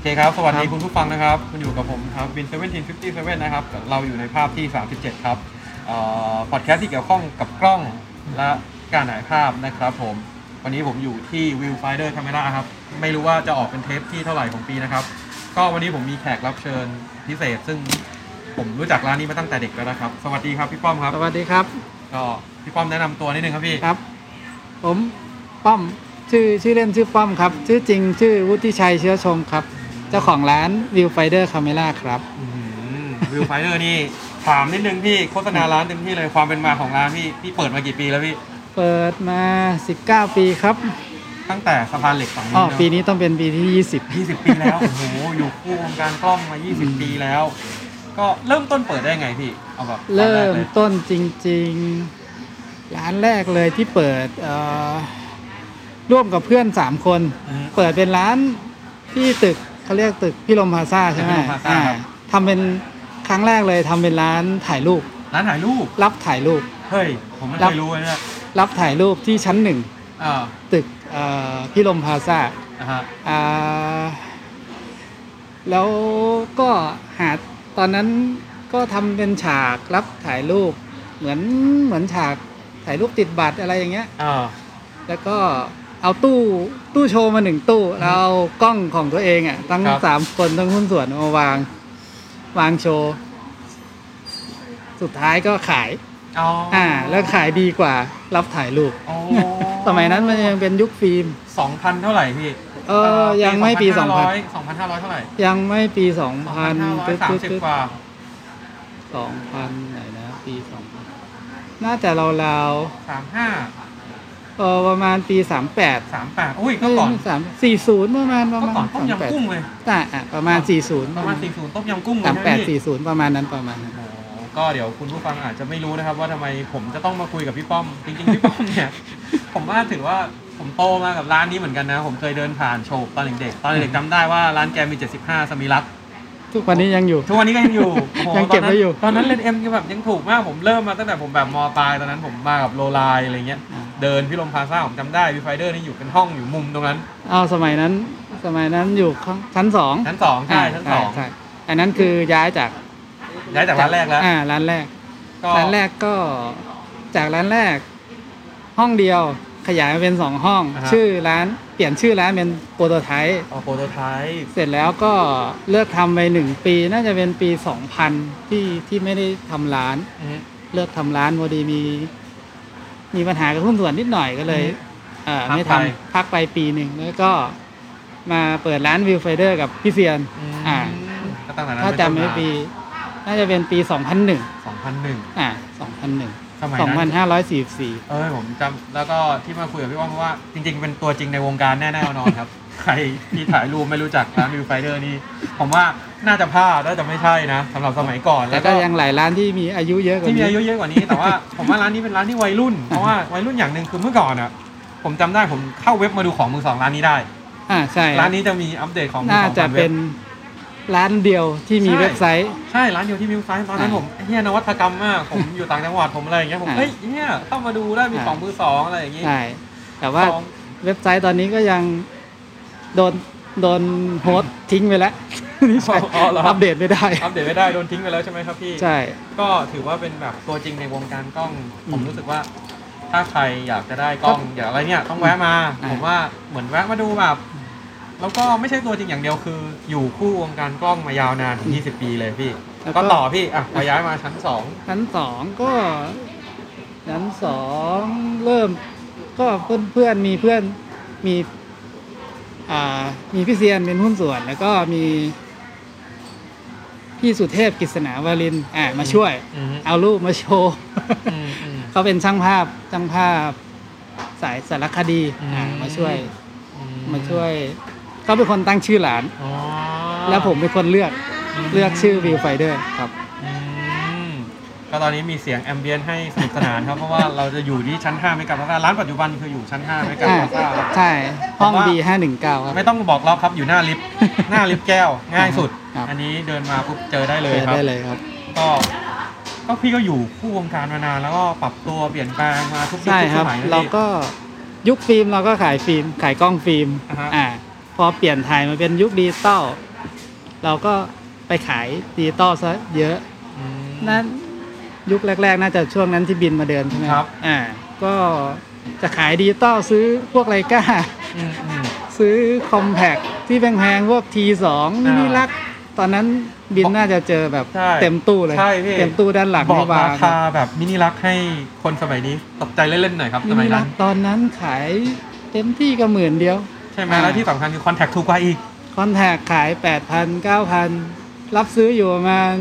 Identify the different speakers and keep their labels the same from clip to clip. Speaker 1: เคครับ สวัสดี
Speaker 2: ครับ
Speaker 1: คุณผู้ฟังนะครับคุณอยู่กับผมครับวินเซเว่นทีนฟิฟตี้เซเว่นนะครับ เราอยู่ในภาพที่ 37 ครับพอดแคสต์ที่เกี่ยวข้องกับกล้องและการถ่ายภาพนะครับผม วันนี้ผมอยู่ที่ Viewfinder Camera ครับ ไม่รู้ว่าจะออกเป็นเทปที่เท่าไหร่ของปีนะครับ ก็วันนี้ผมมีแขกรับเชิญพิเศษ ซึ่งผมรู้จักร้านนี้มาตั้งแต่เด็กแล้วนะครับ สวัสดีครับพี่ป้อมครับ
Speaker 2: สวัสดีครับ
Speaker 1: ก็พี่ป้อมแนะนำตัวนิดนึงครับพี่
Speaker 2: ครับ ผมป้อมชื่อชื่อเล่นชื่อป้อมครับ ชื่อจริงชื่อวุฒิชัยเชื้อชงครับ เจ้าของร้านวิวไฟเดอร์คาเมล่าครับ
Speaker 1: วิวไฟเดอร์นี่ถามนิดนึงพี่โฆษณาร้านเต็มที่เลยความเป็นมาของร้านพี่พี่เปิดมากี่ปีแล้วพี่
Speaker 2: เปิดมา 19 ปีครับ
Speaker 1: ตั้งแต่สะพานเหล็กฝั่ง
Speaker 2: อ๋อ
Speaker 1: นี้
Speaker 2: ปีนี้ต้องเป็นปีที่ 20
Speaker 1: ยี่สิบปีแล้ว โอ้โห อยู่คู่วงการกล้องมา 20 ปีแล้ว ก็เริ่มต้นเปิดได้ไงพี่ เอาแบบตอน
Speaker 2: เริ่
Speaker 1: แก
Speaker 2: ม
Speaker 1: ลย
Speaker 2: ต้นจริง ๆ ร้านแรกเลยที่เปิดเอ่อร่วมกับเพื่อน 3 คน
Speaker 1: อืม
Speaker 2: เปิดเป็นร้านที่ตึกเขาเรียกตึกพี่ลมพลาซ่าใช่ไหม
Speaker 1: ตึกพิรมพลาซ่า
Speaker 2: อ่า
Speaker 1: ครับ
Speaker 2: ทำเป็นครั้งแรกเลยทำเป็นร้านถ่ายรูป
Speaker 1: ร้านถ่ายรูป
Speaker 2: รับถ่ายรูป
Speaker 1: เฮ้ย ผมไม่
Speaker 2: รั
Speaker 1: เค
Speaker 2: บ
Speaker 1: ยรู้เลยเนี่ย
Speaker 2: รับถ่ายรูปที่ชั้นหนึ่ง
Speaker 1: อ่า
Speaker 2: ตึกเอ่อพิรมพลาซ่า
Speaker 1: อ่าฮะ
Speaker 2: อ่าแล้วก็หาตอนนั้นก็ทำเป็นฉากรับถ่ายรูป เหมือนเหมือนฉากถ่ายรูปติดบัตรอะไรอย่างเงี้ย
Speaker 1: อ่า
Speaker 2: แล้วก็เอาตู้ตู้โชว์มาหนึ่งตู้แล้วเอากล้องของตัวเองอ่ะตั้ง
Speaker 1: ครับ
Speaker 2: สามคนทั้งหุ้นส่วนมาวาง วางโชว์ สุดท้ายก็ขาย
Speaker 1: อ๋ออ่า
Speaker 2: อ่า แล้วขายดีกว่ารับถ่ายรูป
Speaker 1: โอ้
Speaker 2: สมัยนั้นมันยังเป็นยุคฟิล์ม
Speaker 1: สองพันเท่าไหร่พี่
Speaker 2: เออยังไม่ปี
Speaker 1: สองพันห้าร้อยเท่าไหร่
Speaker 2: ยังไม่ปีสอง
Speaker 1: สอง
Speaker 2: พั
Speaker 1: พั
Speaker 2: น
Speaker 1: นห้าร้อยสามสิบกว่า
Speaker 2: สองพันไหนนะปีสองพันน่าจะราว
Speaker 1: สามห้า
Speaker 2: ๆเออประมาณปีสามแปด
Speaker 1: สามแปดอุ้ย ก็ก่อน
Speaker 2: สามสี่ศูนย์ประมาณประ
Speaker 1: ก็
Speaker 2: มาณ
Speaker 1: ก่อนต้ม
Speaker 2: สามแปด
Speaker 1: ยำกุ้งเลย
Speaker 2: อ่ะอ่ะประมาณสี่ศูนย์
Speaker 1: ประมาณสี่ศูนย์ต้มยำกุ้งเลย
Speaker 2: สาม
Speaker 1: นะ
Speaker 2: แปด
Speaker 1: พี่
Speaker 2: สี่ศูนย์ประมาณนั้นประมาณนั้น
Speaker 1: โอ้ก็เดี๋ยวคุณผู้ฟังอาจจะไม่รู้นะครับ ว่าทำไมผมจะต้องมาคุยกับพี่ป้อม จริงๆ พี่ป้อม เนี่ย ผมว่าถือว่าผมโตมากับร้านนี้เหมือนกันนะ ผมเคยเดินผ่านโชว์ตอนเด็กๆตอนเด็กๆจำได้ว่าร้านแกมี 75 สมิลัก
Speaker 2: ทุกวันนี้ยังอยู่
Speaker 1: ทุกวันนี้ก็ยังอยู่ โอ้โห
Speaker 2: ยังเก็บไว้อยู่
Speaker 1: ตอนนั้นเลนเอ็มก็แบบยังถูกมากผมเริ่มมาตั้งแต่ผมแบบมปลายตอนนั้นผมมากับโลไลน์อะไรเงี้ย
Speaker 2: อ่า
Speaker 1: เดินพี่ลมพลาซ่าผมจำได้วิไฟเดอร์นี่อยู่เป็นห้องอยู่มุมตรงนั้น
Speaker 2: เอาสมัยนั้น สมัยนั้นอยู่ข้างชั้นสอง
Speaker 1: ชั้นสองใช่ชั้นสอง
Speaker 2: าใช่อันนั้นคือย้ายจาก
Speaker 1: ย้ายจากร้านแรกแล้ว
Speaker 2: อ่าร้านแรก
Speaker 1: ก็
Speaker 2: ร้านแรกก็จากร้านแรก ห้องเดียวขยายมาเป็นสองห้อง
Speaker 1: าฮะ
Speaker 2: ชื่อร้านเปลี่ยนชื่อร้านเป็นโปรโตไทป์
Speaker 1: เอาโปรโตไทป์
Speaker 2: เสร็จแล้วก็เลิกทำไปหนึ่งปี น่าจะเป็นปี 2000 ที่ที่ไม่ได้ทำร้าน
Speaker 1: อืม
Speaker 2: เลิกทำร้านพอดีมี มีปัญหากับหุ้นส่วนนิดหน่อยก็เลย
Speaker 1: อืม
Speaker 2: เอ่อ
Speaker 1: พัก
Speaker 2: ไม่
Speaker 1: ไป
Speaker 2: ทำพักไปปีหนึ่งแล้วก็มาเปิดร้านวิวไฟเดอร์กับพี่เซียน อ่า
Speaker 1: ก็ตั้งแต่นั้น
Speaker 2: ถ้าจำไม่ปี น่าจะเป็นปี 2001
Speaker 1: 2001
Speaker 2: อ่า
Speaker 1: สมัยนั้น
Speaker 2: 2001 2544
Speaker 1: เออผมจำแล้วก็ที่มาคุยกับพี่ว่าเพราะว่าจริง ๆ เป็นตัวจริงในวงการแน่ๆนอนครับ ใครที่ถ่ายรูปไม่รู้จักร้านวิวไฟเดอร์นี่ผมว่าน่าจะพลาดน่าจะไม่ใช่นะสำหรับสมัยก่อน
Speaker 2: แต่
Speaker 1: แล้ว
Speaker 2: ก็
Speaker 1: ก็
Speaker 2: ยังหลายร้านที่มีอายุเยอะกว่า
Speaker 1: ที่มี
Speaker 2: นี้
Speaker 1: อายุเยอะกว่า นี้ แต่ว่าผมว่าร้านนี้เป็นร้านที่วัยรุ่น เพราะ ว่าวัยรุ่นอย่างหนึ่งคือเมื่อก่อนอ่ะผมจำได้ผมเข้าเว็บมาดูของมือสองร้านนี้ได้
Speaker 2: อ่าใช่
Speaker 1: ร้านนี้จะมีอัปเดตของมือ
Speaker 2: น่า
Speaker 1: สอง
Speaker 2: จะ
Speaker 1: ผ่าน
Speaker 2: เป็
Speaker 1: เว็บ
Speaker 2: นร้านเดียวที่มี
Speaker 1: ใช่
Speaker 2: เว็บไซต์
Speaker 1: ใช่ร้านเดียวที่มีเว็บไซต์ตอนนั้น
Speaker 2: อ่า
Speaker 1: ผมเฮียนวัตกรรมมากผมอยู่ต่างจังหวัดผมอะไรอย่างเงี้ยผม
Speaker 2: อ่า
Speaker 1: เฮ้ยเฮียต้องมาดูได้มี
Speaker 2: อ่า
Speaker 1: ของมือสองอะไรอย่างงี้
Speaker 2: ใช่แต่ว่า
Speaker 1: ของ
Speaker 2: เว็บไซต์ตอนนี้ก็ยังโดนโดนโฮสต์ทิ้งไปแล้วนี่ใช่
Speaker 1: อ๋อเหรอ
Speaker 2: อัปเดตไม่ได้
Speaker 1: อัปเดตไม่ได้โดนทิ้งไปแล้วใช่ไหมครับพี่
Speaker 2: ใช่
Speaker 1: ก็ถือว่าเป็นแบบตัวจริงในวงการกล้อง
Speaker 2: อืม
Speaker 1: ผมรู้สึกว่า ถ้าใครอยากจะได้กล้องอยากอะไรเนี่ยต้องแวะมา
Speaker 2: อ่า
Speaker 1: ผมว่าเหมือนแวะมาดูแบบ แล้วก็ไม่ใช่ตัวจริงอย่างเดียวคือ อยู่คู่วงการกล้องมายาวนานถึง20 ปีเลยพี่ ก็ต่อพี่อ่ะพอย้ายมาชั้นสอง
Speaker 2: ชั้นสองก็ชั้นสองเริ่ม ก็เพื่อนเพื่อนมีเพื่อนมีอ่ามีพี่เซียนเป็นหุ้นส่วน แล้วก็มีพี่สุเทพกิษณาวารินทร์อ่ามาช่วย
Speaker 1: อืม
Speaker 2: เอารูปมาโชว์
Speaker 1: อืมอืม
Speaker 2: เขาเป็นช่างภาพช่างภาพสายสารคดี
Speaker 1: อืม
Speaker 2: อ่ามาช่วย
Speaker 1: อื
Speaker 2: มาช่วยเขาเป็นคนตั้งชื่อหลาน
Speaker 1: อ๋อ
Speaker 2: แล้วผมเป็นคนเลือก
Speaker 1: ม
Speaker 2: เลือกชื่อวิวไฟเดอร์ครับ
Speaker 1: อืมก็ตอนนี้มีเสียงแอมเบียนให้สนุกสนานครับ เพราะว่าเราจะอยู่ที่ชั้น5ไม่กับร้านปัจจุบันคืออยู่ชั้น5ไม่กับ
Speaker 2: อ่า
Speaker 1: ราคา
Speaker 2: ใช่ห้อง
Speaker 1: ผมว่า
Speaker 2: B ห้าหนึ่งเก้าครับ
Speaker 1: ไม่ต้องบอกล็อกครับอยู่หน้า ลิฟต์ หน้าลิฟต์แก้วง่ายสุด
Speaker 2: ครับ
Speaker 1: อันนี้เดินมาปุ๊บเจอได้เลย
Speaker 2: เปิด
Speaker 1: ครับ
Speaker 2: ได้เลยครับ
Speaker 1: ก็ก็พี่ก็อยู่คู่วงการมานานแล้วก็ปรับตัวเปลี่ยนแปลงมาทุกยุค
Speaker 2: ใช่
Speaker 1: ทุก
Speaker 2: ค
Speaker 1: ส
Speaker 2: รับ
Speaker 1: มัยนะ
Speaker 2: เรา
Speaker 1: พี่
Speaker 2: ก็ยุคฟิล์มเราก็ขายฟิล์มขายกล้องฟิล์ม
Speaker 1: อ่าฮะ
Speaker 2: อ่าพอเปลี่ยนถ่ายมาเป็นยุคดิจิตอล เราก็ไปขายดิจิตอลซะเยอะ
Speaker 1: อืม
Speaker 2: นั้นยุคแรก ๆ น่าจะช่วงนั้นที่บินมาเดินใช่ไหม
Speaker 1: ครับ
Speaker 2: อ่า ก็จะขายดิจิตอลซื้อพวกไรก้า
Speaker 1: อืมอืม
Speaker 2: ซื้อคอมแพคที่แพงๆพวก T2 มินิลักษ์ตอนนั้นบินน่าจะเจอแบบ
Speaker 1: ใช่
Speaker 2: เต็มตู้เลย
Speaker 1: ใช่พี่
Speaker 2: เต็มตู้ด้านหลัง
Speaker 1: บอก
Speaker 2: นี่วา
Speaker 1: ราคาง แบบมินิลักษณ์ให้คนสมัยนี้ตกใจเล่นๆหน่อยครับ
Speaker 2: มิ
Speaker 1: สมั
Speaker 2: นิ
Speaker 1: ย
Speaker 2: ลั
Speaker 1: นั้
Speaker 2: ก
Speaker 1: น
Speaker 2: ษ์ตอนนั้นขายเต็มที่ก็หมื่นเดียว
Speaker 1: ใช่ไหม
Speaker 2: อ่า
Speaker 1: แล้วที่สำคัญคือคอนแทคถูกกว่าอีก
Speaker 2: คอนแทคขาย 8,000 9,000 รับซื้ออยู่ประมาณ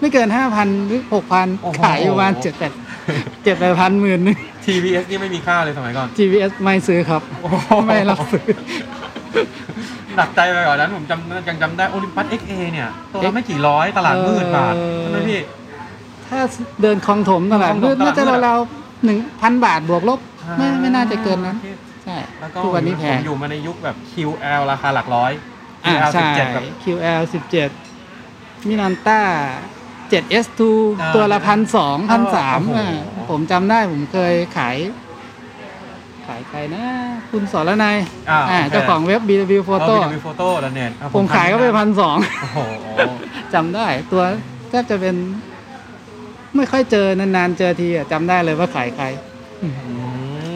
Speaker 2: ไม่เกิน 5,000 หรือ
Speaker 1: โอ้โห
Speaker 2: 6,000 ขายอยู่ประมาณ7 8 7 8 0 0 0หมื่นหนึง
Speaker 1: TVS นี่ไม่มีค่าเลยสมัยก่อน
Speaker 2: GVS ไม่ซื้อครับ
Speaker 1: โอ้โห
Speaker 2: ไม่รับซื้อ
Speaker 1: หนักใจไปกว่านั้นผมจำยังจำได้โอลิมปัส XA เนี่ย ตัวละไม่กี่ร้อยตลาดมืดบาทใช่ไหมพี่
Speaker 2: ถ้าเดินคลองถมตลาด
Speaker 1: คลองถม
Speaker 2: มื
Speaker 1: ตลาดมืด
Speaker 2: ดน่าจะ
Speaker 1: อะ
Speaker 2: เราวๆหนึ่งพันบาทบวกลบ ไม่ไม่น่าจะเกินนั้น ใช่
Speaker 1: แล้วก็
Speaker 2: ทุกวันนี้แพ
Speaker 1: ผม
Speaker 2: ง
Speaker 1: อยู่มาในยุคแบบ QL ราคาหลักร้อย
Speaker 2: อ่า
Speaker 1: QL
Speaker 2: ใช่
Speaker 1: 17แบบ
Speaker 2: QL 17มินันต้า 7S2
Speaker 1: อ่า
Speaker 2: ตัวละพันสองพันสาม
Speaker 1: โอ้โห
Speaker 2: ผมจำได้ผมเคยขาย ขายใครนะ คุณสรนาย
Speaker 1: อ่า
Speaker 2: อ่าเจ้าของเว็บ BW
Speaker 1: โฟโต้
Speaker 2: Photo
Speaker 1: วิโฟโต้แล้วเนี่ยอ่ะ
Speaker 2: ผมขายก็ไปพันสอง
Speaker 1: โอ้โห
Speaker 2: จำได้ตัวแทบจะเป็นไม่ค่อยเจอนานๆเจอทีอะจำได้เลยว่าขายใคร
Speaker 1: อื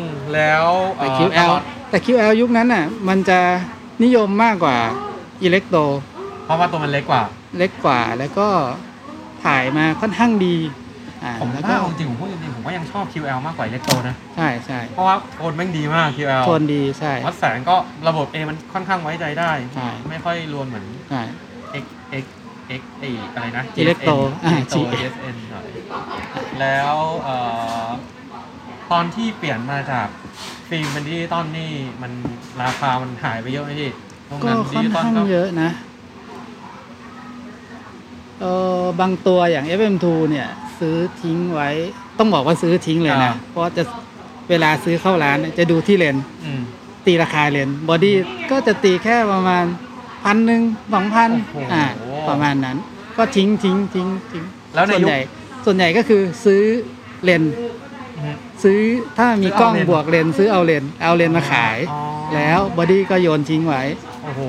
Speaker 1: มแล้ว
Speaker 2: แต่
Speaker 1: เอ่อ
Speaker 2: QL
Speaker 1: ตอน
Speaker 2: แต่ QL ยุคนั้นน่ะ มันจะนิยมมากกว่าอิเล็กโต
Speaker 1: เพราะว่าตัวมันเล็กกว่า
Speaker 2: เล็กกว่าแล้วก็ถ่ายมาค่อนข้างดีอ่า
Speaker 1: ผม
Speaker 2: แล้วก็
Speaker 1: ถ้าเอาจริงผมพูดจริงๆผมก็ยังชอบ QL มากกว่าเล็กโตนะ
Speaker 2: ใช่ใช่
Speaker 1: เพราะว่าโทนแม่งดีมาก QL
Speaker 2: โทนดีใช่
Speaker 1: วัดแสงก็ระบบ A มันค่อนข้างไว้ใจได้
Speaker 2: ใช่
Speaker 1: ไม่ค่อยรวนเหมือน
Speaker 2: ใช่
Speaker 1: X X X ไออะไรนะ
Speaker 2: Electro อ่า
Speaker 1: Electro GSN หน่อยแล้วเอ่อตอนที่เปลี่ยนมาจากฟิล์มเป็นดิจิตอลนี่มันราคามันหายไปเยอะไหมพี่ตรง
Speaker 2: ก็
Speaker 1: นั้นดิ
Speaker 2: ค่
Speaker 1: จิตอล
Speaker 2: อนข้าง
Speaker 1: ก็
Speaker 2: เยอะนะเออบางตัวอย่าง FM2 เนี่ย ซื้อทิ้งไว้ ต้องบอกว่าซื้อทิ้งเลยนะ เพราะจะเวลาซื้อเข้าร้านเนี่ยจะดูที่เลนส์
Speaker 1: อืม
Speaker 2: ตีราคาเลนส์บอดี้ก็จะตีแค่ประมาณพันหนึ่งสองพัน
Speaker 1: โอ้โห
Speaker 2: อ่าประมาณนั้น ก็ทิ้งทิ้งทิ้งทิ้ง
Speaker 1: แล้วใน
Speaker 2: ส่วน
Speaker 1: ยุค
Speaker 2: ใหญ่ส่วนใหญ่ก็คือซื้อเลนส์
Speaker 1: อืม
Speaker 2: ซื้อถ้ามีกล้อง
Speaker 1: ซื้อเอาเลนส์
Speaker 2: บวกเลนส์ซื้อเอาเลนส์เอาเลนส์มาขาย
Speaker 1: อ๋อ
Speaker 2: แล้วบอดี้ก็โยนทิ้งไว้
Speaker 1: โอ้โห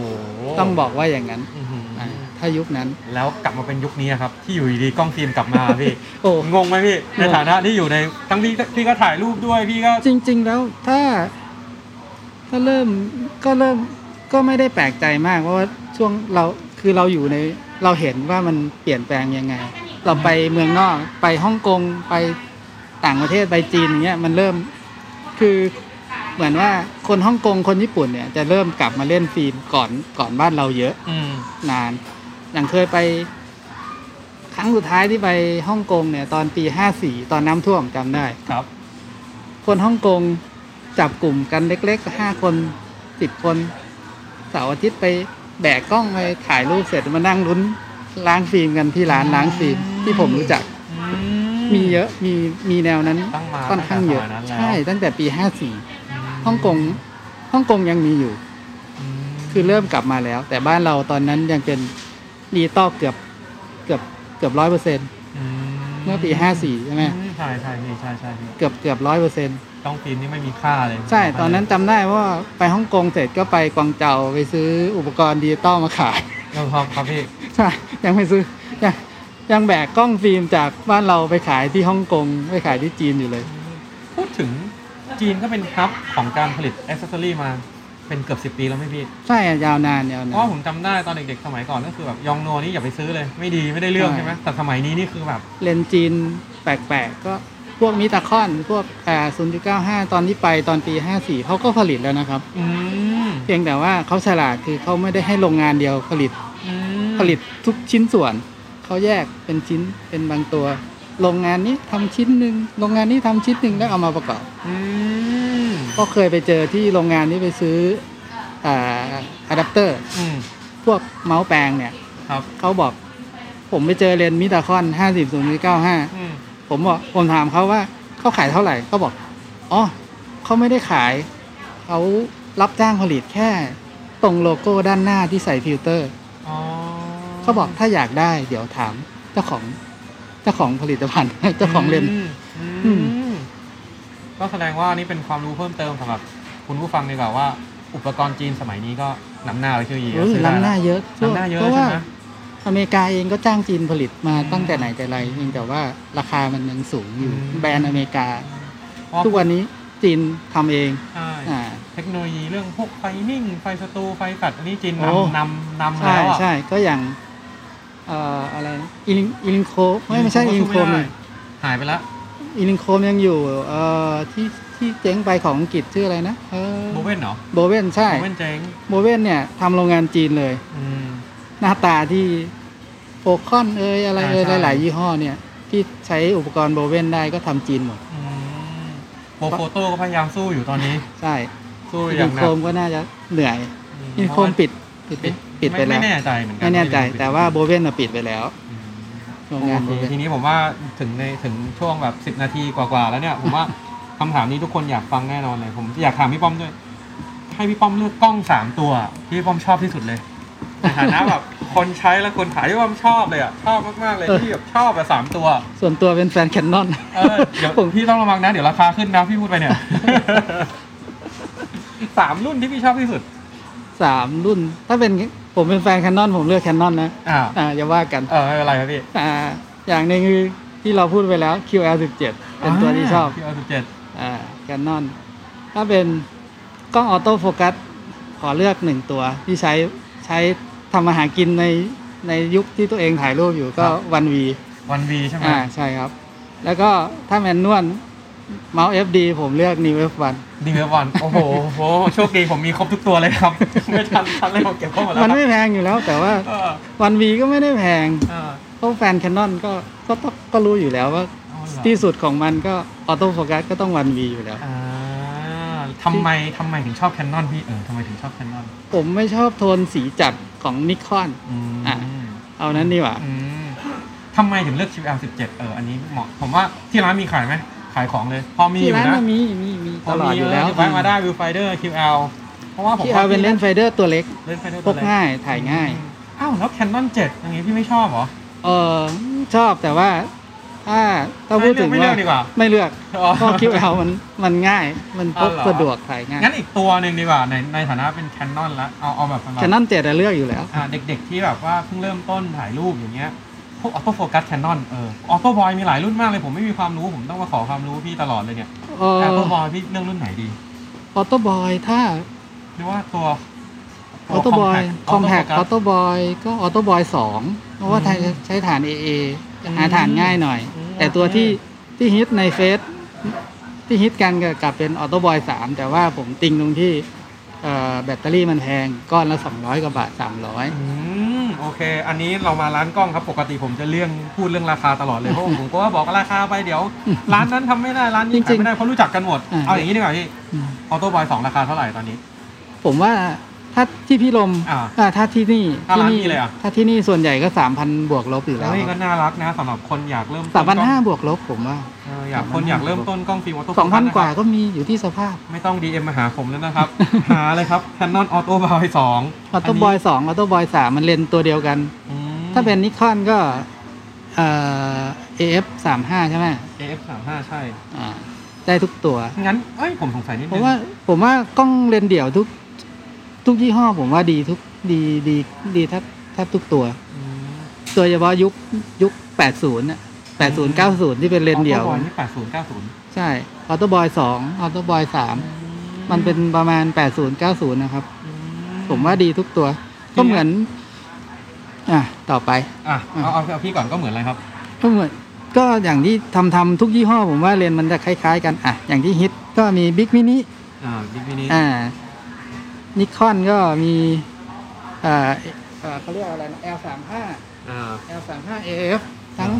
Speaker 2: ต้องบอกว่าอย่างนั้น
Speaker 1: อื้อหืออ
Speaker 2: อ่าถ้ายุคนั้น
Speaker 1: แล้วกลับมาเป็นยุคนี้ครับ ที่อยู่ดีๆกล้องฟิล์มกลับมาพี่
Speaker 2: โอ้
Speaker 1: งงไหมพี่ ในฐานะที่อยู่ในทั้งพี่พี่ก็ถ่ายรูปด้วยพี่ก็
Speaker 2: จริง ๆ แล้วถ้า ถ้าเริ่มก็เริ่มก็ไม่ได้แปลกใจมาก เพราะว่าช่วงเราคือเราอยู่ในเราเห็นว่ามันเปลี่ยนแปลงยังไง เราไปเมืองนอกไปฮ่องกงไปต่างประเทศไปจีนอย่างเงี้ยมันเริ่มคือเหมือนว่าคนฮ่องกงคนญี่ปุ่นเนี่ยจะเริ่มกลับมาเล่นฟิล์มก่อนก่อนบ้านเราเยอะ
Speaker 1: อืม
Speaker 2: นาน อย่างเคยไป ครั้งสุดท้ายที่ไปฮ่องกงเนี่ย ตอนปี 54 ตอนน้ำท่วมจำได้
Speaker 1: ครับ
Speaker 2: คนฮ่องกงจับกลุ่มกันเล็กๆห้าคนสิบคนเสาร์อาทิตย์ไปแบกกล้องไปถ่ายรูปเสร็จมานั่งลุ้นล้างฟิล์มกันที่ร้านล้างฟิล์มที่ผมรู้จัก
Speaker 1: อื
Speaker 2: มีเยอะมีมีแนวนั้น
Speaker 1: ตั้งมา
Speaker 2: ค่อนข้างเยอะ
Speaker 1: ตั้งแต่สมันั้นแล้ว
Speaker 2: ใช่ตั้งแต่ปี 54ฮ่องกงฮ่องกงยังมีอยู่
Speaker 1: อืม
Speaker 2: คือเริ่มกลับมาแล้ว แต่บ้านเราตอนนั้นยังเป็นดีตอเกือบเกือบเกือบร้อยเปอร์เซ็นต์เมื่อปีห้าสี่ใช่ไหม
Speaker 1: ใช่ใช่พี่ใช่ใช่พี่
Speaker 2: เกือบเกือบร้อยเปอร์เซ็นต์
Speaker 1: ต้องฟิล์มนี่ไม่มีค่าเลย
Speaker 2: ใช่ ตอนนั้นจำได้ว่าไปฮ่องกงเสร็จก็ไปกวางเจาไปซื้ออุปกรณ์ดิจิตอลมาขาย
Speaker 1: ยอมครับครับพี่
Speaker 2: ใช่ ยังไปซื้อ ยังยังแบกกล้องฟิล์มจากบ้านเราไปขายที่ฮ่องกงไปขายที่จีนอยู่เลย
Speaker 1: พูดถึงจีนก็เป็นครับของการผลิตอ c เซ s ซอรี่มาเป็นเกือบสิบปีแล้วไหม่พี่
Speaker 2: ใช่อะยาวนานยาวนาน
Speaker 1: เพราะว่าผมจำได้ตอนเด็กๆ สมัยก่อนก็คือแบบยองโนนี่อย่าไปซื้อเลย ไม่ดีไม่ได้เรื่อง
Speaker 2: ใช่
Speaker 1: ใช่ไหมแต่สมัยนี้นี่คือแบบ
Speaker 2: เลนส์จีนแปลกๆ ก็พวกมิตาคอนพวกอ่า0.95 ตอนที่ไปตอนปี 54เขาก็ผลิตแล้วนะครับ
Speaker 1: อืม
Speaker 2: เพียงแต่ว่าเขาฉลาดคือเขาไม่ได้ให้โรงงานเดียวผลิต
Speaker 1: อืม
Speaker 2: ผลิตทุกชิ้นส่วน เขาแยกเป็นชิ้นเป็นบางตัว โรงงานนี้ทำชิ้นหนึ่งโรงงานนี้ทำชิ้นหนึ่งแล้วเอามาประกอบ
Speaker 1: อืม
Speaker 2: ก็เคยไปเจอที่โรงงานนี้ไปซื้ออ่าอะแดปเตอร์
Speaker 1: อืม
Speaker 2: พวกเมาส์แปลงเนี่ย
Speaker 1: ครับ
Speaker 2: เขาบอก ผมไปเจอเลนส์มิตาคอน 50 0
Speaker 1: อืม
Speaker 2: 95 ผมบอกผมถามเขาว่าเขาขายเท่าไหร่เขาบอกอ๋อเขาไม่ได้ขายเขารับจ้างผลิตแค่ตรงโลโก้ด้านหน้าที่ใส่ฟิลเตอร์
Speaker 1: อ๋อ
Speaker 2: เขาบอกถ้าอยากได้เดี๋ยวถามเจ้าของเจ้าของผลิตภัณฑ์ เจ้าของเลนส์
Speaker 1: มอืม
Speaker 2: อืม
Speaker 1: ก็แสดงว่านี่เป็นความรู้เพิ่มเติมสำหรับคุณผู้ฟังดีกว่าว่า อุปกรณ์จีนสมัยนี้ก็นำหน้าไปชื่อยี
Speaker 2: เออ
Speaker 1: ซื้อได้
Speaker 2: ล้ำห
Speaker 1: แล้ว
Speaker 2: น้าเยอะ
Speaker 1: ทำหน้าเยอะ
Speaker 2: เพราะ
Speaker 1: ใช่
Speaker 2: ว่า
Speaker 1: ไหม
Speaker 2: อเมริกาเองก็จ้างจีนผลิตมาตั้งแต่ไหนแต่ไรเพียงแต่ว่าราคามันยังสูงอยู่
Speaker 1: อืม
Speaker 2: แบรนด์อเมริกา
Speaker 1: เพราะ
Speaker 2: ทุกวันนี้จีนทำเอง
Speaker 1: ใช่
Speaker 2: อ่า
Speaker 1: เทคโนโลยีเรื่องพวกไฟนิ่ง ไฟสตู ไฟตัดอันนี้จีน
Speaker 2: โอ้
Speaker 1: นำนำนำ
Speaker 2: ใช่
Speaker 1: แล้วอ่ะ
Speaker 2: ใช่ก็อย่างเอ่ออะไรนะอิลิงอิลิงโคไม่ไม่ใช่อิลิงโคมเนี่ย
Speaker 1: หายไปแล้ว
Speaker 2: อิลิงโคมยังอยู่เอ่อที่ที่เจ๊งไปของอังกฤษชื่ออะไรนะเออ
Speaker 1: โบเว่นเหรอ
Speaker 2: โบเวนใช่
Speaker 1: โบเว่นเจ๊ง
Speaker 2: โบเวนเนี่ยทำโรงงานจีนเลย
Speaker 1: อืม
Speaker 2: หน้าตาที่โฟคอนเอยอะไรเอย
Speaker 1: อ่าใช่
Speaker 2: หลาย ๆ ยี่ห้อเนี่ย ที่ใช้อุปกรณ์โบเวนได้ก็ทำจีนหมด
Speaker 1: อืมโบโฟโต้ก็พยายามสู้อยู่ตอนนี้
Speaker 2: ใช่
Speaker 1: สู้
Speaker 2: อิ
Speaker 1: อย่าง
Speaker 2: ลิง
Speaker 1: ห
Speaker 2: โค
Speaker 1: นัก
Speaker 2: มก็น่าจะเหนื่อย
Speaker 1: อื
Speaker 2: อิลิงโคมปิดปิด
Speaker 1: ปิด
Speaker 2: ปิดไปแล้ว
Speaker 1: ไม่แน่ใจเหมือนกั
Speaker 2: ไม่แน่ใจ แต่ว่าโบเวนน่ะปิดไปแล้ว
Speaker 1: อืม
Speaker 2: โร
Speaker 1: โอง
Speaker 2: งานโบ
Speaker 1: เค
Speaker 2: เวน
Speaker 1: ทีนี้ผมว่าถึงในถึงช่วงแบบ 10 นาทีกว่าๆแล้วเนี่ย ผมว่า คำถามนี้ทุกคนอยากฟังแน่นอนเลยผมอยากถามพี่ป้อมด้วย ให้พี่ป้อมเลือกกล้องสามตัวที่พี่ป้อมชอบที่สุดเลยในฐานะแบบคนใช้และคนขายที่ป้อมชอบเลยอ่ะชอบมากๆเลย
Speaker 2: เออ
Speaker 1: ที่แบบชอบแบบสามตัว
Speaker 2: ส่วนตัวเป็นแฟนแคนนอน
Speaker 1: เออเดี๋ยว พี่ต้องระวังนะเดี๋ยวราคาขึ้นนะพี่พูดไปเนี่ย สามรุ่นที่พี่ชอบที่สุด
Speaker 2: สามรุ่น ถ้าเป็นผมเป็นแฟนแคนนอนผมเลือกแคนนอนนะ
Speaker 1: อ่า
Speaker 2: อ่าอย่าว่ากัน
Speaker 1: เออไม่เป็นไรครับพี่
Speaker 2: อ่าอย่างหนึ่งคือที่เราพูดไปแล้ว QL17 เป็นตัวที่ชอบ
Speaker 1: พี่เอาสิบเจ็ด
Speaker 2: อ่าแคนนอนถ้าเป็นกล้องออโต้โฟกัสขอเลือกหนึ่งตัวที่ใช้ใช้ทำมาหากินในในยุคที่ตัวเองถ่ายรูปอยู่ก็วันวี
Speaker 1: วันวีใช่ไหม
Speaker 2: อ่าใช่ครับ แล้วก็ถ้าแมนนวลเมาส์ FD ผมเลือก New F1
Speaker 1: ดีเววันโอ้โหโอ้โหโชคดีผมมีครบทุกตัวเลยครับ ไม่ทันทันเลยผมเก็บเข้าหมดแล้วค
Speaker 2: มั
Speaker 1: รั
Speaker 2: น
Speaker 1: บ
Speaker 2: ไม่แพงอยู่แล้วแต่ว่า
Speaker 1: เออ
Speaker 2: วันวีก็ไม่ได้แพง
Speaker 1: เออ
Speaker 2: เพราะแฟนแคนนอนก็ก็ต้องก็รู้อยู่แล้วว่า
Speaker 1: เอาเหรอ
Speaker 2: ที่สุดของมันก็ออโต้โฟกัสก็ต้องวันวีอยู่แล้ว
Speaker 1: อ่าทำไมทำไมถึงชอบแคนนอนพี่เออทำไมถึงชอบแคนนอน
Speaker 2: ผมไม่ชอบโทนสีจัดของนิคอน
Speaker 1: อืม
Speaker 2: อ่ะ เอานั้นดีกว่า
Speaker 1: อืมทำไมถึงเลือก QL17 เอออันนี้เหมาะผมว่าที่ร้านมีขายไหมขายของเลย พอมีอ
Speaker 2: ที่
Speaker 1: ยู่
Speaker 2: ร้าน
Speaker 1: นะ
Speaker 2: มันมีมีมี
Speaker 1: พ
Speaker 2: ตลอดอยู่แล้ว
Speaker 1: มีเไว้มาได้วิวไฟเดอร์ QL เพราะว่าผม
Speaker 2: ที่เอาเป็นเล่นไฟเดอร์ตัวเล็ก
Speaker 1: เล่นไฟเดอร์
Speaker 2: พกง่ายถ่ายง่าย
Speaker 1: อ้าวแล้วแคนนอน7อย่างงี้พี่ไม่ชอบเหรอ
Speaker 2: เออชอบแต่ว่าถ้าถ้าพูดถึง
Speaker 1: ไม่เลื
Speaker 2: ว่า
Speaker 1: อกดีกว่า
Speaker 2: ไม่เลือก
Speaker 1: อ๋อ
Speaker 2: เพราะคิวเอลมันมันง่าย มันพ
Speaker 1: อ๋อ
Speaker 2: ก
Speaker 1: เหรอ
Speaker 2: สะดวกถ่ายง่าย
Speaker 1: งั้นอีกตัวหนึ่งดีกว่าในในฐานะเป็นแคนนอนละเอาเอาแบบสำหรับ
Speaker 2: แคนนอนเจ็ดอะเลือกอยู่แล้ว
Speaker 1: อ่าเด็กๆที่แบบว่าเพิ่งเริ่มต้นถ่ายรูปอย่างเงี้ย พวกออโต้โฟกัสแคนนอนเออออโต้บอยมีหลายรุ่นมากเลย ผมไม่มีความรู้ ผมต้องมาขอความรู้พี่ตลอดเลยเนี่ย
Speaker 2: เอ
Speaker 1: อ
Speaker 2: อ
Speaker 1: อโต้บอยพี่เรื่องรุ่นไหนดี
Speaker 2: ออโต้บอยถ้า
Speaker 1: หรือว่าตัว
Speaker 2: ออโต้บอยคอมแพคอ
Speaker 1: อ
Speaker 2: อ
Speaker 1: โต้
Speaker 2: โต้บอยก็ออโต้บอยสองเพราะว่าไทยใช้ฐาน AA
Speaker 1: อืม
Speaker 2: หาฐานง่ายหน่อย
Speaker 1: อืม
Speaker 2: แต่ตัวที่ที่ฮิตในเฟซที่ฮิตกันก็กลับเป็นออโต้บอยสามแต่ว่าผมติงตรงที่เอ่อแบตเตอรี่มันแพงก้อนละ 200 กว่าบาท 300
Speaker 1: อืมโอเค อันนี้เรามาร้านกล้องครับปกติผมจะเรื่องพูดเรื่องราคาตลอดเลยเพราะผมผมก็ว่าบอกราคาไปเดี๋ยว ร้านนั้นทำไม่ได้ร้านนี้
Speaker 2: จริ
Speaker 1: ขาย
Speaker 2: งๆ
Speaker 1: ไม่ได้เพราะรู้จักกันหมด
Speaker 2: อ่า
Speaker 1: เอาอย่างนี้ดีกว่าพี่
Speaker 2: อืม
Speaker 1: ออโต้บอยสองราคาเท่าไหร่ตอนนี้
Speaker 2: ผมว่าถ้าที่พี่ลม
Speaker 1: อ่า
Speaker 2: อ่าถ้าที่นี่
Speaker 1: ถ้า
Speaker 2: ที่
Speaker 1: ร้าน
Speaker 2: นี่
Speaker 1: นี้เลยอ่ะ
Speaker 2: ถ้าที่นี่ส่วนใหญ่ก็ 3,000 บวกลบอยู่แล้ว
Speaker 1: เฮ้ยก็น่ารักนะสำหรับคนอยากเริ่มต้น
Speaker 2: สามพัน
Speaker 1: กล้อง
Speaker 2: ห้าบวกลบผมว่า
Speaker 1: เอออยากคนอยากเริ่มต้นกล้องฟิล์มออโต้
Speaker 2: 2,000 กว่าก็มีอยู่ที่สภาพ
Speaker 1: ไม่ต้อง DM มาหาผมแล้วนะครับ หาเลยครับ Canon Auto Boy 2
Speaker 2: ออโต้บอยสองออโต้บอยสามมันเลนส์ตัวเดียวกัน
Speaker 1: อืม
Speaker 2: ถ้าเป็นนิคอนก็เอ่อ AF สามห้าใช่ไหม
Speaker 1: AF 3 5ใช่
Speaker 2: อ่าได้ทุกตัว
Speaker 1: งั้น เอ้ย ผมสงสัยนิด
Speaker 2: เพ
Speaker 1: นึ
Speaker 2: ราะ
Speaker 1: ง
Speaker 2: ว่าผมว่ากล้องเลนส์เดี่ยวทุก ทุกยี่ห้อผมว่าดีทุกดีดีดีแทบแทบทุกตัว
Speaker 1: อืม
Speaker 2: โดยเฉพาะยุคยุค 80น่ะ
Speaker 1: ม
Speaker 2: 80 90 ที่เป็นเลนส์เดี่ยว
Speaker 1: Auto Boy นี่ 80 90
Speaker 2: ใช่ออโต้บอยสองออโต้บอยสามมันเป็นประมาณ 80 90 นะครับ ผมว่าดีทุกตัว ก็เหมือน อ่ะ ต่อไป
Speaker 1: อ่ะเอาเอาเอาพี่ก่อนก็เหมือนอะไรครับ
Speaker 2: ก็เหมือนก็อย่างที่ทำทำทุกยี่ห้อผมว่าเลนส์มันจะคล้าย ๆ กันอ่ะอย่างที่ฮิตก็มีบิ๊กมินิ
Speaker 1: อ่าบิ๊กมินิ
Speaker 2: อ่านิคอนก็มีอ่าเอ่อเขาเรียกอะไรนะ L 3 5
Speaker 1: อ่า
Speaker 2: L 3 5 AF ทั้ง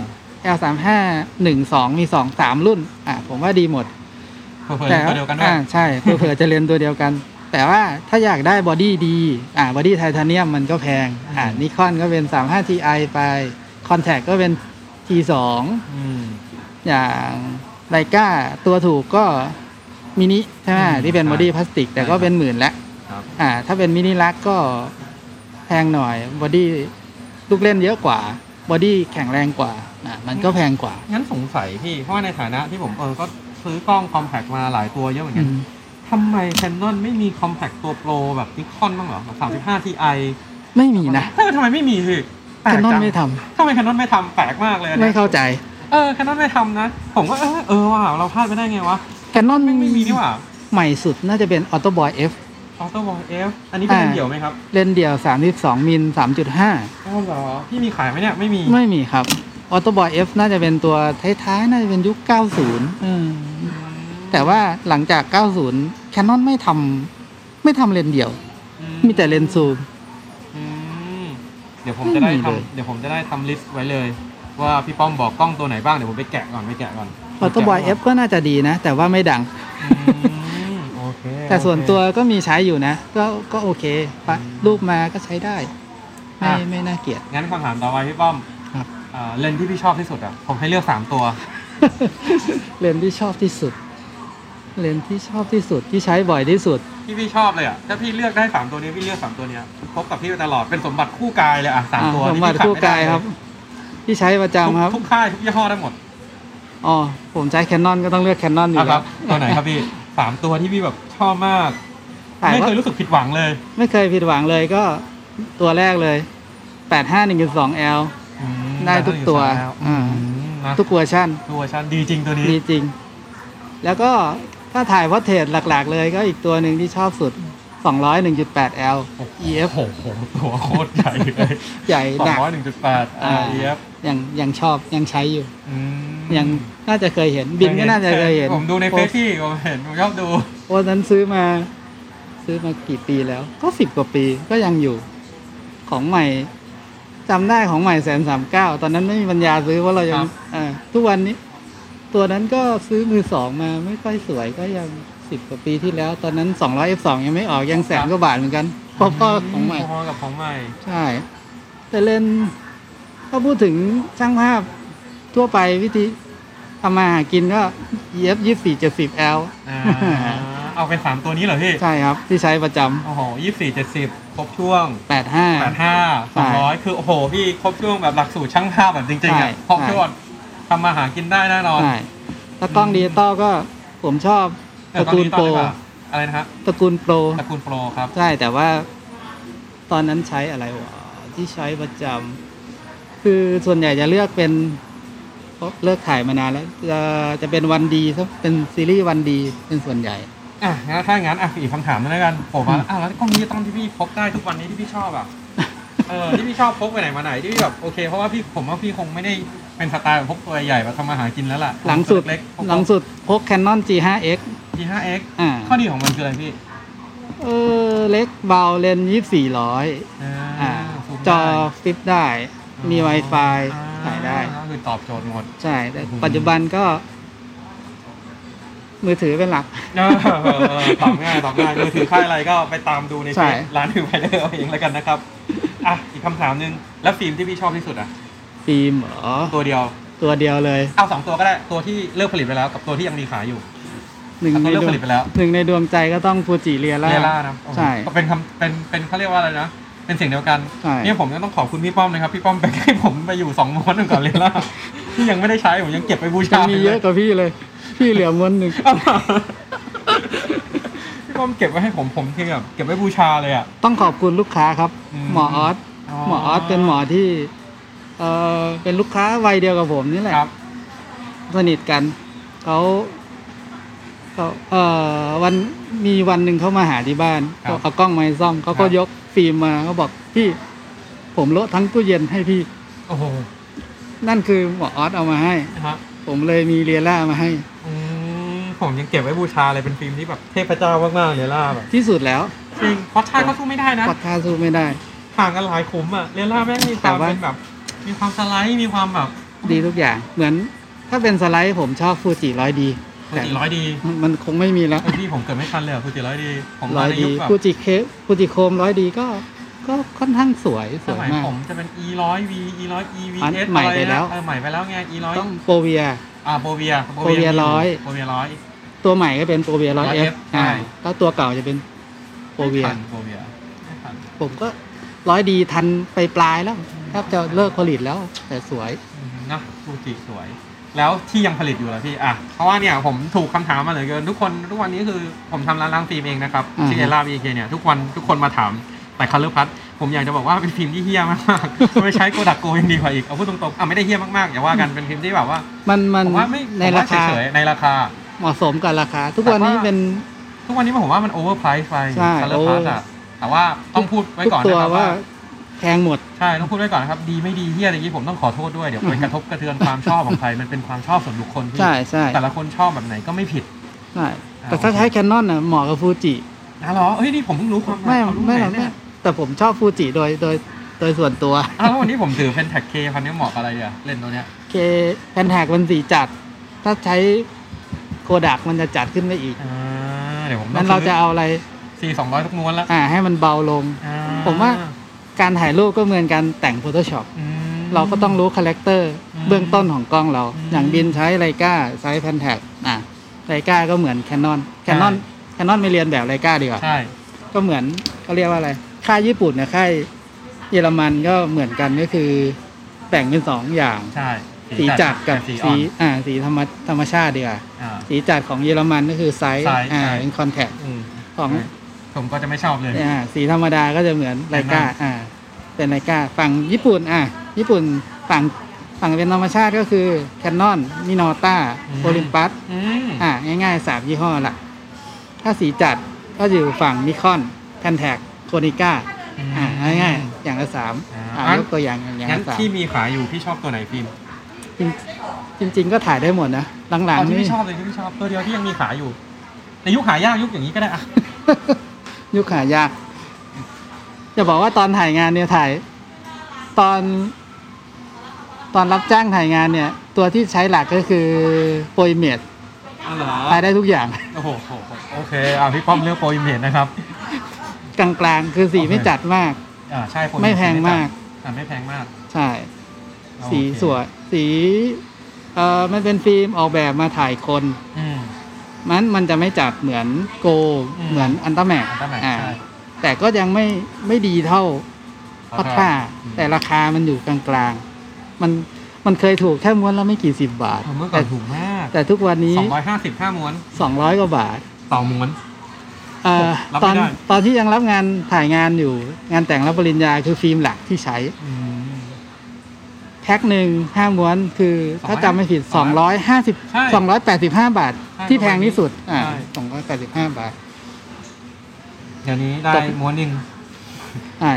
Speaker 2: L 3 5 1 2มี2 3 รุ่นอ่ะผมว่าดีหมด
Speaker 1: เผื่อๆตัวเดียวกันด้วย
Speaker 2: อ่าใช่เผื่อๆจะเลนส์ตัวเดียวกัน แต่ว่าถ้าอยากได้บอดี้ดี อ่าบอดี้ไทเทเนียมมันก็แพงอ่านิคอนก็เป็น 35 Ti ไปคอนแทคก็เป็น T2
Speaker 1: อืม
Speaker 2: อย่างไลก้าตัวถูกก็มินิใช่ไหม
Speaker 1: อืม
Speaker 2: ที่เป็นบอดี้พลาสติก แต่ก็
Speaker 1: ใช่ครับ
Speaker 2: เป็นหมื่นละ
Speaker 1: ครับ
Speaker 2: อ่า ถ้าเป็นมินิลักก็แพงหน่อยบอดี้ลูกเล่นเยอะกว่าบอดี้แข็งแรงกว่าอ่ามันก็แพงกว่า
Speaker 1: งั้นสงสัยพี่ เพราะว่าในฐานะที่ผมเออ ก็ซื้อกล้องคอมแพคมาหลายตัวเยอะเหมือน
Speaker 2: อื
Speaker 1: กัน
Speaker 2: ม
Speaker 1: ทำไม Canon ไม่มีคอมแพคตัวโปรแบบนิคอนบ้างเหรอแบบ35 Ti
Speaker 2: ไม่มีนะ
Speaker 1: เออทำไมไม่มีพี่ แ ปล
Speaker 2: แคน
Speaker 1: ก
Speaker 2: นอน
Speaker 1: จัง
Speaker 2: ไม่ทำ
Speaker 1: ทำไมแคนนอนไม่ทำแปลกมากเลยอัน
Speaker 2: ไม่
Speaker 1: เนี่ย
Speaker 2: เข้าใจ
Speaker 1: เออแคนนอนไม่ทำนะ ผมก็เออเออว่ะเราพลาดไปได้ไงวะ
Speaker 2: แคนนอน
Speaker 1: ไม่งไม่มีนี่หว่า
Speaker 2: ใหม่สุดน่าจะเป็นออโต้บอยเอฟ
Speaker 1: ออโต้บอลเอฟอันนี้เป็น
Speaker 2: อ่า
Speaker 1: เล่นเดี่ยวไหมครับ
Speaker 2: เลนส์เดียว 32 มิล 3.5
Speaker 1: อ้าวเหรอพี่มีขายไหมเนี่ยไม่มี
Speaker 2: ไม่มีครับออโต้บอยเอฟน่าจะเป็นตัวท้ายๆ น่าจะเป็นยุค 90อืมแต่ว่าหลังจาก 90 แคนนอนไม่ทำไม่ทำเลนส์เดียว
Speaker 1: อื
Speaker 2: มีแต่เลนส์ซูม
Speaker 1: อืมเดี๋ยวผมจะได้
Speaker 2: ไม่มีเลย
Speaker 1: ทำเดี๋ยวผมจะได้ทำลิสต์ไว้เลย ว่าพี่ป้อมบอกกล้องตัวไหนบ้างเดี๋ยวผมไปแกะก่อนไปแกะก่อน
Speaker 2: ออโต้บอยเอฟก็น่าจะดีนะ แต่ว่าไม่ดัง
Speaker 1: อืมโอเค
Speaker 2: แต่ส่วน
Speaker 1: โอเค
Speaker 2: ตัวก็มีใช้อยู่นะ ก็ก็โอเคปะรูปมาก็ใช้ได้ ไม่
Speaker 1: อ่ะ
Speaker 2: ไม่น่าเกลียด
Speaker 1: งั้นคำถามต่อไปพี่ป้อม
Speaker 2: ครับ
Speaker 1: อ่าเลนส์ที่พี่ชอบที่สุดอ่ะผมให้เลือกสามตัว
Speaker 2: เลนส์ที่ชอบที่สุด เลนส์ที่ชอบที่สุดที่ใช้บ่อยที่สุด
Speaker 1: ที่พี่ชอบเลยอ่ะ ถ้าพี่เลือกได้สามตัวนี้พี่เลือกสามตัวเนี้ยคบกับพี่ไปตลอดเป็นสมบัติคู่กายเลยอ่ะสามตัว
Speaker 2: อ่ะผมวัด
Speaker 1: นี่พี่
Speaker 2: คู่
Speaker 1: ขดไได้
Speaker 2: กายครับ ที่ใช้ประ
Speaker 1: ทุก
Speaker 2: จำครับ
Speaker 1: ทุกค่ายทุกยี่ห้อได้หมด
Speaker 2: อ๋อ ผมใช้แคนนอนก็ต้องเลือกแคนนอนอยู่
Speaker 1: อ่ะค
Speaker 2: แล้
Speaker 1: รับ ตั
Speaker 2: ว
Speaker 1: วไหนครับพี่ สามตัวที่พี่แบบชอบมาก
Speaker 2: ถ่าย
Speaker 1: ไม่
Speaker 2: ว่า
Speaker 1: เคยรู้สึกผิดหวังเลย
Speaker 2: ไม่เคยผิดหวังเลยก็ตัวแรกเลย 851.2 L ได้ทุกตัว
Speaker 1: ได้
Speaker 2: อ่า
Speaker 1: นะ
Speaker 2: ทุกเวอร์ชัน
Speaker 1: ทุกเวอร์ชันดีจริงตัวนี้
Speaker 2: ดีจริง แล้วก็ถ้าถ่ายวัตเทรดหลักๆเลยก็อีกตัวหนึ่งที่ชอบสุด 201.8 L EF
Speaker 1: โอ้โหตัวโคตรใหญ่เลย
Speaker 2: ใหญ่
Speaker 1: สอง
Speaker 2: หนัก
Speaker 1: ร้อยหนึ่งจุดแปดอ่าเอฟ
Speaker 2: ยังยังชอบยังใช้อยู่ ยังน่าจะเคยเห็น บินก็น่าจะเคยเห็น
Speaker 1: ผมดูในเฟซพี่ผมเห็นผมชอบดู
Speaker 2: โอ้นั้นซื้อมา ซื้อมากี่ปีแล้ว ก็สิบกว่าปีก็ยังอยู่ ของใหม่จำได้ของใหม่แสนสามเก้าตอนนั้นไม่มีปัญญาซื้อเพราะเรายัง
Speaker 1: ครับ
Speaker 2: อ่าทุกวันนี้ ตัวนั้นก็ซื้อมือสองมาไม่ค่อยสวยก็ยังสิบกว่าปีที่แล้ว ตอนนั้นสองร้อยเอฟสองยังไม่ออกยังแสนกว่าบาทเหมือนกันพอๆของใหม่
Speaker 1: พอๆกับของใหม่
Speaker 2: ใช่ แต่เลนส์ถ้าพูดถึงช่างภาพทั่วไปวิธีทำมาหากินก็ EF 24 70 L
Speaker 1: อ่าเอาเป็นสามตัวนี้เหรอพี่
Speaker 2: ใช่ครับ ที่ใช้ประจำ
Speaker 1: โอ้โหยี่สี่เจ็ดสิบครบช่วงแปด
Speaker 2: 85
Speaker 1: ห้า
Speaker 2: ใช่
Speaker 1: สองร้อยคือโอ้โห พี่ครบช่วงแบบหลักสูตรช่างภาพแบบจริงๆ
Speaker 2: ใช่
Speaker 1: อ่ะครบช่วงทำมาหากินได้แน่นอน
Speaker 2: ใช่ถ้ากล้องดิจิตอลก็ผมชอบต
Speaker 1: แต่
Speaker 2: ระ
Speaker 1: ตอน
Speaker 2: กูล
Speaker 1: นี้ตอ
Speaker 2: โป
Speaker 1: น
Speaker 2: ร
Speaker 1: นี้แบบอะไรนะฮะ
Speaker 2: ตระกูลโปร
Speaker 1: ตระกูลโปรครับ
Speaker 2: ใช่แต่ว่าตอนนั้นใช้อะไรวะที่ใช้ประจำคือส่วนใหญ่จะเลือกเป็นเพราะเลิกถ่ายมานานแล้ว จะจะเป็นวันดีซะเป็นซีรีส์วันดีเป็นส่วนใหญ่
Speaker 1: อ่ะงั้นถ้างั้นอ่ะอีกคำถามหนึงแล้วกันผมว่า
Speaker 2: อืม
Speaker 1: อ่ะแล้วกล้องนี้ตอนที่พี่พกได้ทุกวันนี้ที่พี่ชอบอ่ะเออที่พี่ชอบพกไปไหนมาไหนที่พี่แบบโอเคเพราะว่าพี่ผมว่าพี่คงไม่ได้เป็นสไตล์แบบพกตัวใหญ่แบบทำมาหากินแล้วล่ะ
Speaker 2: หลังสุด
Speaker 1: เล็กๆ
Speaker 2: หลังสุดพก Canon G5X
Speaker 1: ทีห้าเอ็ก
Speaker 2: อ่า
Speaker 1: ข้อดีของมันคืออะไรพี่
Speaker 2: เออเล็กเบาเลนส์2400
Speaker 1: อ่า
Speaker 2: อ่า
Speaker 1: ซูม
Speaker 2: จอ
Speaker 1: ได้
Speaker 2: ฟลิปได้มี Wi-Fi
Speaker 1: อ่
Speaker 2: ถ่ายได้
Speaker 1: ก็คือตอบโจทย์หมด
Speaker 2: ใช่แต่
Speaker 1: อืม
Speaker 2: ปัจจุบันก็ มือถือเป็นหลัก
Speaker 1: เออตอบง่ายตอบง่ายมือถือค่ายอะไรก็ไปตามดูใน
Speaker 2: ใช่
Speaker 1: เพจร้านถือไปเลยเอาเองแล้วกันนะครับอ่ะอีกคำถามหนึ่งแล้วฟิล์มที่พี่ชอบที่สุดอ่ะ
Speaker 2: ฟิล์มเหรอ
Speaker 1: ตัวเดียว
Speaker 2: ตัวเดียวเลย
Speaker 1: เอาสองตัวก็ได้ ตัวที่เลิกผลิตไปแล้วกับตัวที่ยังมีขายอยู่
Speaker 2: หนึ่ง
Speaker 1: อ่ะ
Speaker 2: ใน
Speaker 1: ตัวเลิก
Speaker 2: ดว
Speaker 1: ผ
Speaker 2: ง
Speaker 1: ลิตไปแล้ว
Speaker 2: หนึ่งในดวงใจก็ต้องฟูจิเรีย
Speaker 1: เรล่า
Speaker 2: ร่า
Speaker 1: นะโอ้โห
Speaker 2: ใช่
Speaker 1: ก็เป็นคำเป็นเป็นเขาเรียกว่าอะไรนะเป็นเสียงเดียวกัน
Speaker 2: ใช่
Speaker 1: เนี่ยผมก็ต้องขอบคุณพี่ป้อมนะครับพี่ป้อมไปให้ผมไปอยู่สอง ม้วนหนึ่งก่อนเรล่าที่ยังไม่ได้ใช้ผมยังเก็บไปบู
Speaker 2: จะ
Speaker 1: ชา
Speaker 2: มี
Speaker 1: ล
Speaker 2: เยอะกว่าพี่เลย พี่เหลือม้วนหนึ่ง
Speaker 1: พี่ป้อมเก็บไว้ให้ผมผมที่แบบเก็บไว้บูชาเลยอ่ะ
Speaker 2: ต้องขอบคุณลูกค้าครับ
Speaker 1: อืม
Speaker 2: หมอออสหมอออสเป็นหมอที่ เออเป็นลูกค้าวัยเดียวกับผมนี่แหละ
Speaker 1: ครับ
Speaker 2: สนิทกันเขาเขาเอ่อวันมีวันหนึ่งเขามาหาที่บ้าน
Speaker 1: ครับ
Speaker 2: เอากล้องมาให้ซ่อมเขาก็
Speaker 1: ครับ
Speaker 2: ยกฟิล์มมาเขาบอกพี่ ผมโละทั้งตู้เย็นให้พี่
Speaker 1: โอ้โห
Speaker 2: นั่นคือหมอออสเอามาให้
Speaker 1: นะฮะ
Speaker 2: ผมเลยมีเรียล่ามาให้
Speaker 1: อืมผมยังเก็บไว้บูชาเลยเป็นฟิล์มที่แบบเทพเจ้ามากๆเลยล่าแบบ
Speaker 2: ที่สุดแล้ว
Speaker 1: จริงเพราะชาติก็สู้ไม่ได้นะ
Speaker 2: ปัดค่าสู้ไม่ได้
Speaker 1: ห่างกันหลายขุมอ่ะเรล่าแม่งมีความ
Speaker 2: แต่ว่า
Speaker 1: เป็นแบบ มีความสไลด์มีความแบบ
Speaker 2: ดีทุกอย่าง เหมือนถ้าเป็นสไลด์ผมชอบฟูจิร้อยดี
Speaker 1: ฟู
Speaker 2: แต่
Speaker 1: จิร้อยดี
Speaker 2: มันคงไม่มีแล้ว
Speaker 1: ไอ้พี่ผมเกิดไม่ทันเลยอ่ะฟูจิร้อยดี ผม
Speaker 2: ร้
Speaker 1: มา
Speaker 2: อย
Speaker 1: ใน
Speaker 2: ดี
Speaker 1: ยุคแบบ
Speaker 2: ฟูจิเคฟูจิโคมร้อยดีก็ ก็ค่อนข้างสวยส
Speaker 1: ส
Speaker 2: วย
Speaker 1: มัย
Speaker 2: มาก
Speaker 1: ผมจะเป็น e ร้อย v e ร้อย e v
Speaker 2: อัน
Speaker 1: s
Speaker 2: ใหม่ไปแล้ว
Speaker 1: เออใหม่ไปแล้วไง e ร้อย
Speaker 2: ต้องโปรเวีย
Speaker 1: อ่าโบเวีย
Speaker 2: โบเวียร้อย
Speaker 1: โบเวียร้อย
Speaker 2: ตัวใหม่ก็เป็นโปรเวียร้อยเอ
Speaker 1: 100F
Speaker 2: ฟอ่า
Speaker 1: ใช่
Speaker 2: แล้วตัวเก่าจะเป็นโปรเวีย
Speaker 1: ไม่ทันโบเวียไม่ทัน
Speaker 2: ผมก็ร้อยดีทันไปปลายแล้วแทบจะเลิกผลิตแล้ว แต่สวย
Speaker 1: อืมนะฟูจิสวย แล้วที่ยังผลิตอยู่เหรอพี่อ่ะเพราะว่าเนี่ยผมถูกคำถามมาเหลือเกินทุกคนทุกวันนี้คือผมทำร้านล้างฟิล์มเองนะครับ
Speaker 2: อืม
Speaker 1: ชื่อเอล่าบีเคเนี่ยทุกวันทุกคนมาถามแต่คัลเลอร์พัท ผมอยากจะบอกว่าเป็นฟิล์มที่เฮี้ยมากๆ ไม่ใช้โกดักโกยังดีกว่าอีกเอาพูดตรงๆอ่ะไม่ได้เฮี้ยมากๆอย่าว่ากันเป็นฟิล์มที่แบบว่า
Speaker 2: มันมัน
Speaker 1: ผมว่าไม่
Speaker 2: ใน
Speaker 1: ผมว่
Speaker 2: ราคา
Speaker 1: เฉยๆในราคา
Speaker 2: เหมาะสมกับราคา ทุกวัน
Speaker 1: แต่ว่านี้
Speaker 2: นี้เป็น
Speaker 1: ทุกวันนี้ผมว่ามันโอเวอร์ไพรส์ไป
Speaker 2: ใช่
Speaker 1: คาร์ลพาสอะแต่ว่าต้องพูดไว้
Speaker 2: ทุก
Speaker 1: ก่อน
Speaker 2: ตัว
Speaker 1: นะครับ
Speaker 2: ว่า
Speaker 1: ว่า
Speaker 2: แพงหมด
Speaker 1: ใช่ ต้องพูดไว้ก่อนนะครับ ดีไม่ดีเฮียอะไรนี้ผมต้องขอโทษด้วย เดี๋ยวไปกระทบกระเทือนความชอบของใคร มันเป็นความชอบส่วนบุคคลที่
Speaker 2: ใช่ใช่
Speaker 1: แต่ละคนชอบแบบไหนก็ไม่ผิด
Speaker 2: ใช่
Speaker 1: อ่า
Speaker 2: แต่ถ้า
Speaker 1: โอเค
Speaker 2: ใช้แคนนอนน่ะเหมาะกับฟูจิ
Speaker 1: นะเหรอเอ้ยนี่ผมเพิ่งรู้ความหมาย
Speaker 2: ไม่
Speaker 1: เอารู้
Speaker 2: ไม่
Speaker 1: ห
Speaker 2: หร
Speaker 1: น
Speaker 2: อก
Speaker 1: เนี่ย
Speaker 2: ไม่แต่ผมชอบฟูจิโดยโดยโดยส่วนตัว
Speaker 1: อ้าวแล้ววันนี้ผมถือเป็นแท็กเคพันนี้เหมาะกับอะไรอ่ะเล่นตัวเนี้ย
Speaker 2: เคแผ่นแหกมันสีจัด ถ้าใช้โกดักมันจะจัดขึ้นไปอีก
Speaker 1: อ่าเดี๋ยวผมต้
Speaker 2: นั้
Speaker 1: อน ง
Speaker 2: เราจะเอาอะไร
Speaker 1: ซีสองร้อยทุกม้วนละ
Speaker 2: อ่า ให้มันเบาลง
Speaker 1: อ่
Speaker 2: ผมว่า การถ่ายรูปก็เหมือนการแต่ง Photoshop
Speaker 1: อืม
Speaker 2: เราก็ต้องรู้คาแรคเตอร์
Speaker 1: อืม
Speaker 2: เบื้องต้นของกล้องเรา
Speaker 1: อืม
Speaker 2: อย่างบินใช้ไลกาใช้แพนแท็กอ่ะไลกาก็เหมือนแคนนอนแคนนอน
Speaker 1: ใช่
Speaker 2: แคนนอนไม่เรียนแบบไลกาดีกว่า
Speaker 1: ใช่
Speaker 2: ก็เหมือนเขาเรียกว่าอะไร ค่ายญี่ปุ่นนะค่ายเยอรมันก็เหมือนกันก็คือแบ่งเป็นสองอย่าง
Speaker 1: ใช่
Speaker 2: สีจัดกับ
Speaker 1: สีอ่อ
Speaker 2: สี
Speaker 1: น
Speaker 2: อ่าสีธรรมธรรมชาติดีกว่า
Speaker 1: อ่า
Speaker 2: สีจัดของเยอรมันก็คือไซส์
Speaker 1: ไซส์
Speaker 2: อ่า
Speaker 1: ใช่
Speaker 2: เป็นคอนแทค
Speaker 1: อืม
Speaker 2: ของ
Speaker 1: ผมก็จะไม่ชอบเลย
Speaker 2: อ่าสีธรรมดาก็จะเหมือนไล
Speaker 1: แพน
Speaker 2: กา
Speaker 1: ด้า
Speaker 2: อ่า เป็นไลกาฝั่งญี่ปุ่นอ่าญี่ปุ่นฝั่งฝั่งเป็นธรรมชาติก็คือแคนนอนมินอต้าโอลิมปัส
Speaker 1: อืม
Speaker 2: อ่าง่ายๆสามยี่ห้อหลักถ้าสีจัดก็อยู่ฝั่งนิคอนแพนแทคโคนิก้าอ่าง่ายๆอย่างละสามอ่ายกตัวอย่างอย่าง
Speaker 1: งั้น
Speaker 2: ละสาม
Speaker 1: ที่มีขายอยู่พี่ชอบตัวไหนฟิล์ม
Speaker 2: จริงจริง ๆ ก็ถ่ายได้หมดนะหลัง
Speaker 1: เอา
Speaker 2: ๆ
Speaker 1: ที่
Speaker 2: นี่
Speaker 1: พี่ชอบเลยที่พี่ชอบตัวเดียวที่ยังมีขายอยู่ ในยุคหายากยุคอย่างนี้ก็ได้อะ
Speaker 2: ยุคหายากจะบอกว่าตอนถ่ายงานเนี่ยถ่าย ตอน ตอนรับจ้างถ่ายงานเนี่ย ตัวที่ใช้หลักก็คือโปรยเมด
Speaker 1: อ๋อเหรอ
Speaker 2: ถ่ายได้ทุกอย่าง
Speaker 1: โอ้โหโอ้โหโอเคอ่ะพี่ป้อมเลือกโปรอิมเพนนะครับ
Speaker 2: กลางๆ คือสี
Speaker 1: โอเค
Speaker 2: ไม่จัดมาก
Speaker 1: อ่าใช่โปรอิ
Speaker 2: ไม่
Speaker 1: เน
Speaker 2: แพงมาก
Speaker 1: อ่าไม่แพงมาก
Speaker 2: ใช่
Speaker 1: โอเค
Speaker 2: สีสวย สีเอ่อมันเป็นฟิล์มออกแบบมาถ่ายคน
Speaker 1: อืม
Speaker 2: มันมันจะไม่จัดเหมือนโก
Speaker 1: อืม
Speaker 2: เหมือนอันต้าแม็ก
Speaker 1: อันตราแมน
Speaker 2: อ่า
Speaker 1: ใช่
Speaker 2: แต่ก็ยังไม่ไม่ดีเท่า พัทรา
Speaker 1: อืม
Speaker 2: แต่ราคามันอยู่กลางๆ มันมันเคยถูกแค่ม้วนละไม่กี่สิบบาท
Speaker 1: เมื่อก่
Speaker 2: แต่
Speaker 1: อนถูกมาก
Speaker 2: แต่ทุกวันนี้
Speaker 1: สองร้อยห้าสิบห้าม้วน
Speaker 2: สองร้อยกว่าบาท
Speaker 1: ต่อม้วน
Speaker 2: เอ่อ
Speaker 1: รับ
Speaker 2: ต
Speaker 1: ไม่
Speaker 2: อน
Speaker 1: ได้
Speaker 2: ตอนที่ยังรับงานถ่ายงานอยู่ งานแต่งรับปริญญาคือฟิล์มหลักที่ใช้
Speaker 1: อืม
Speaker 2: แพ็คหนึ่งห้าม้วนคือถ้าจำไม่ผิด
Speaker 1: ใช่
Speaker 2: 250 285 บาท
Speaker 1: ใช่
Speaker 2: ที่แพงที่สุดอ่า
Speaker 1: ใช่
Speaker 2: 285 บาท
Speaker 1: เดี๋ยวนี้ได้
Speaker 2: ตก
Speaker 1: ม้วนหนึ่ง
Speaker 2: อ่า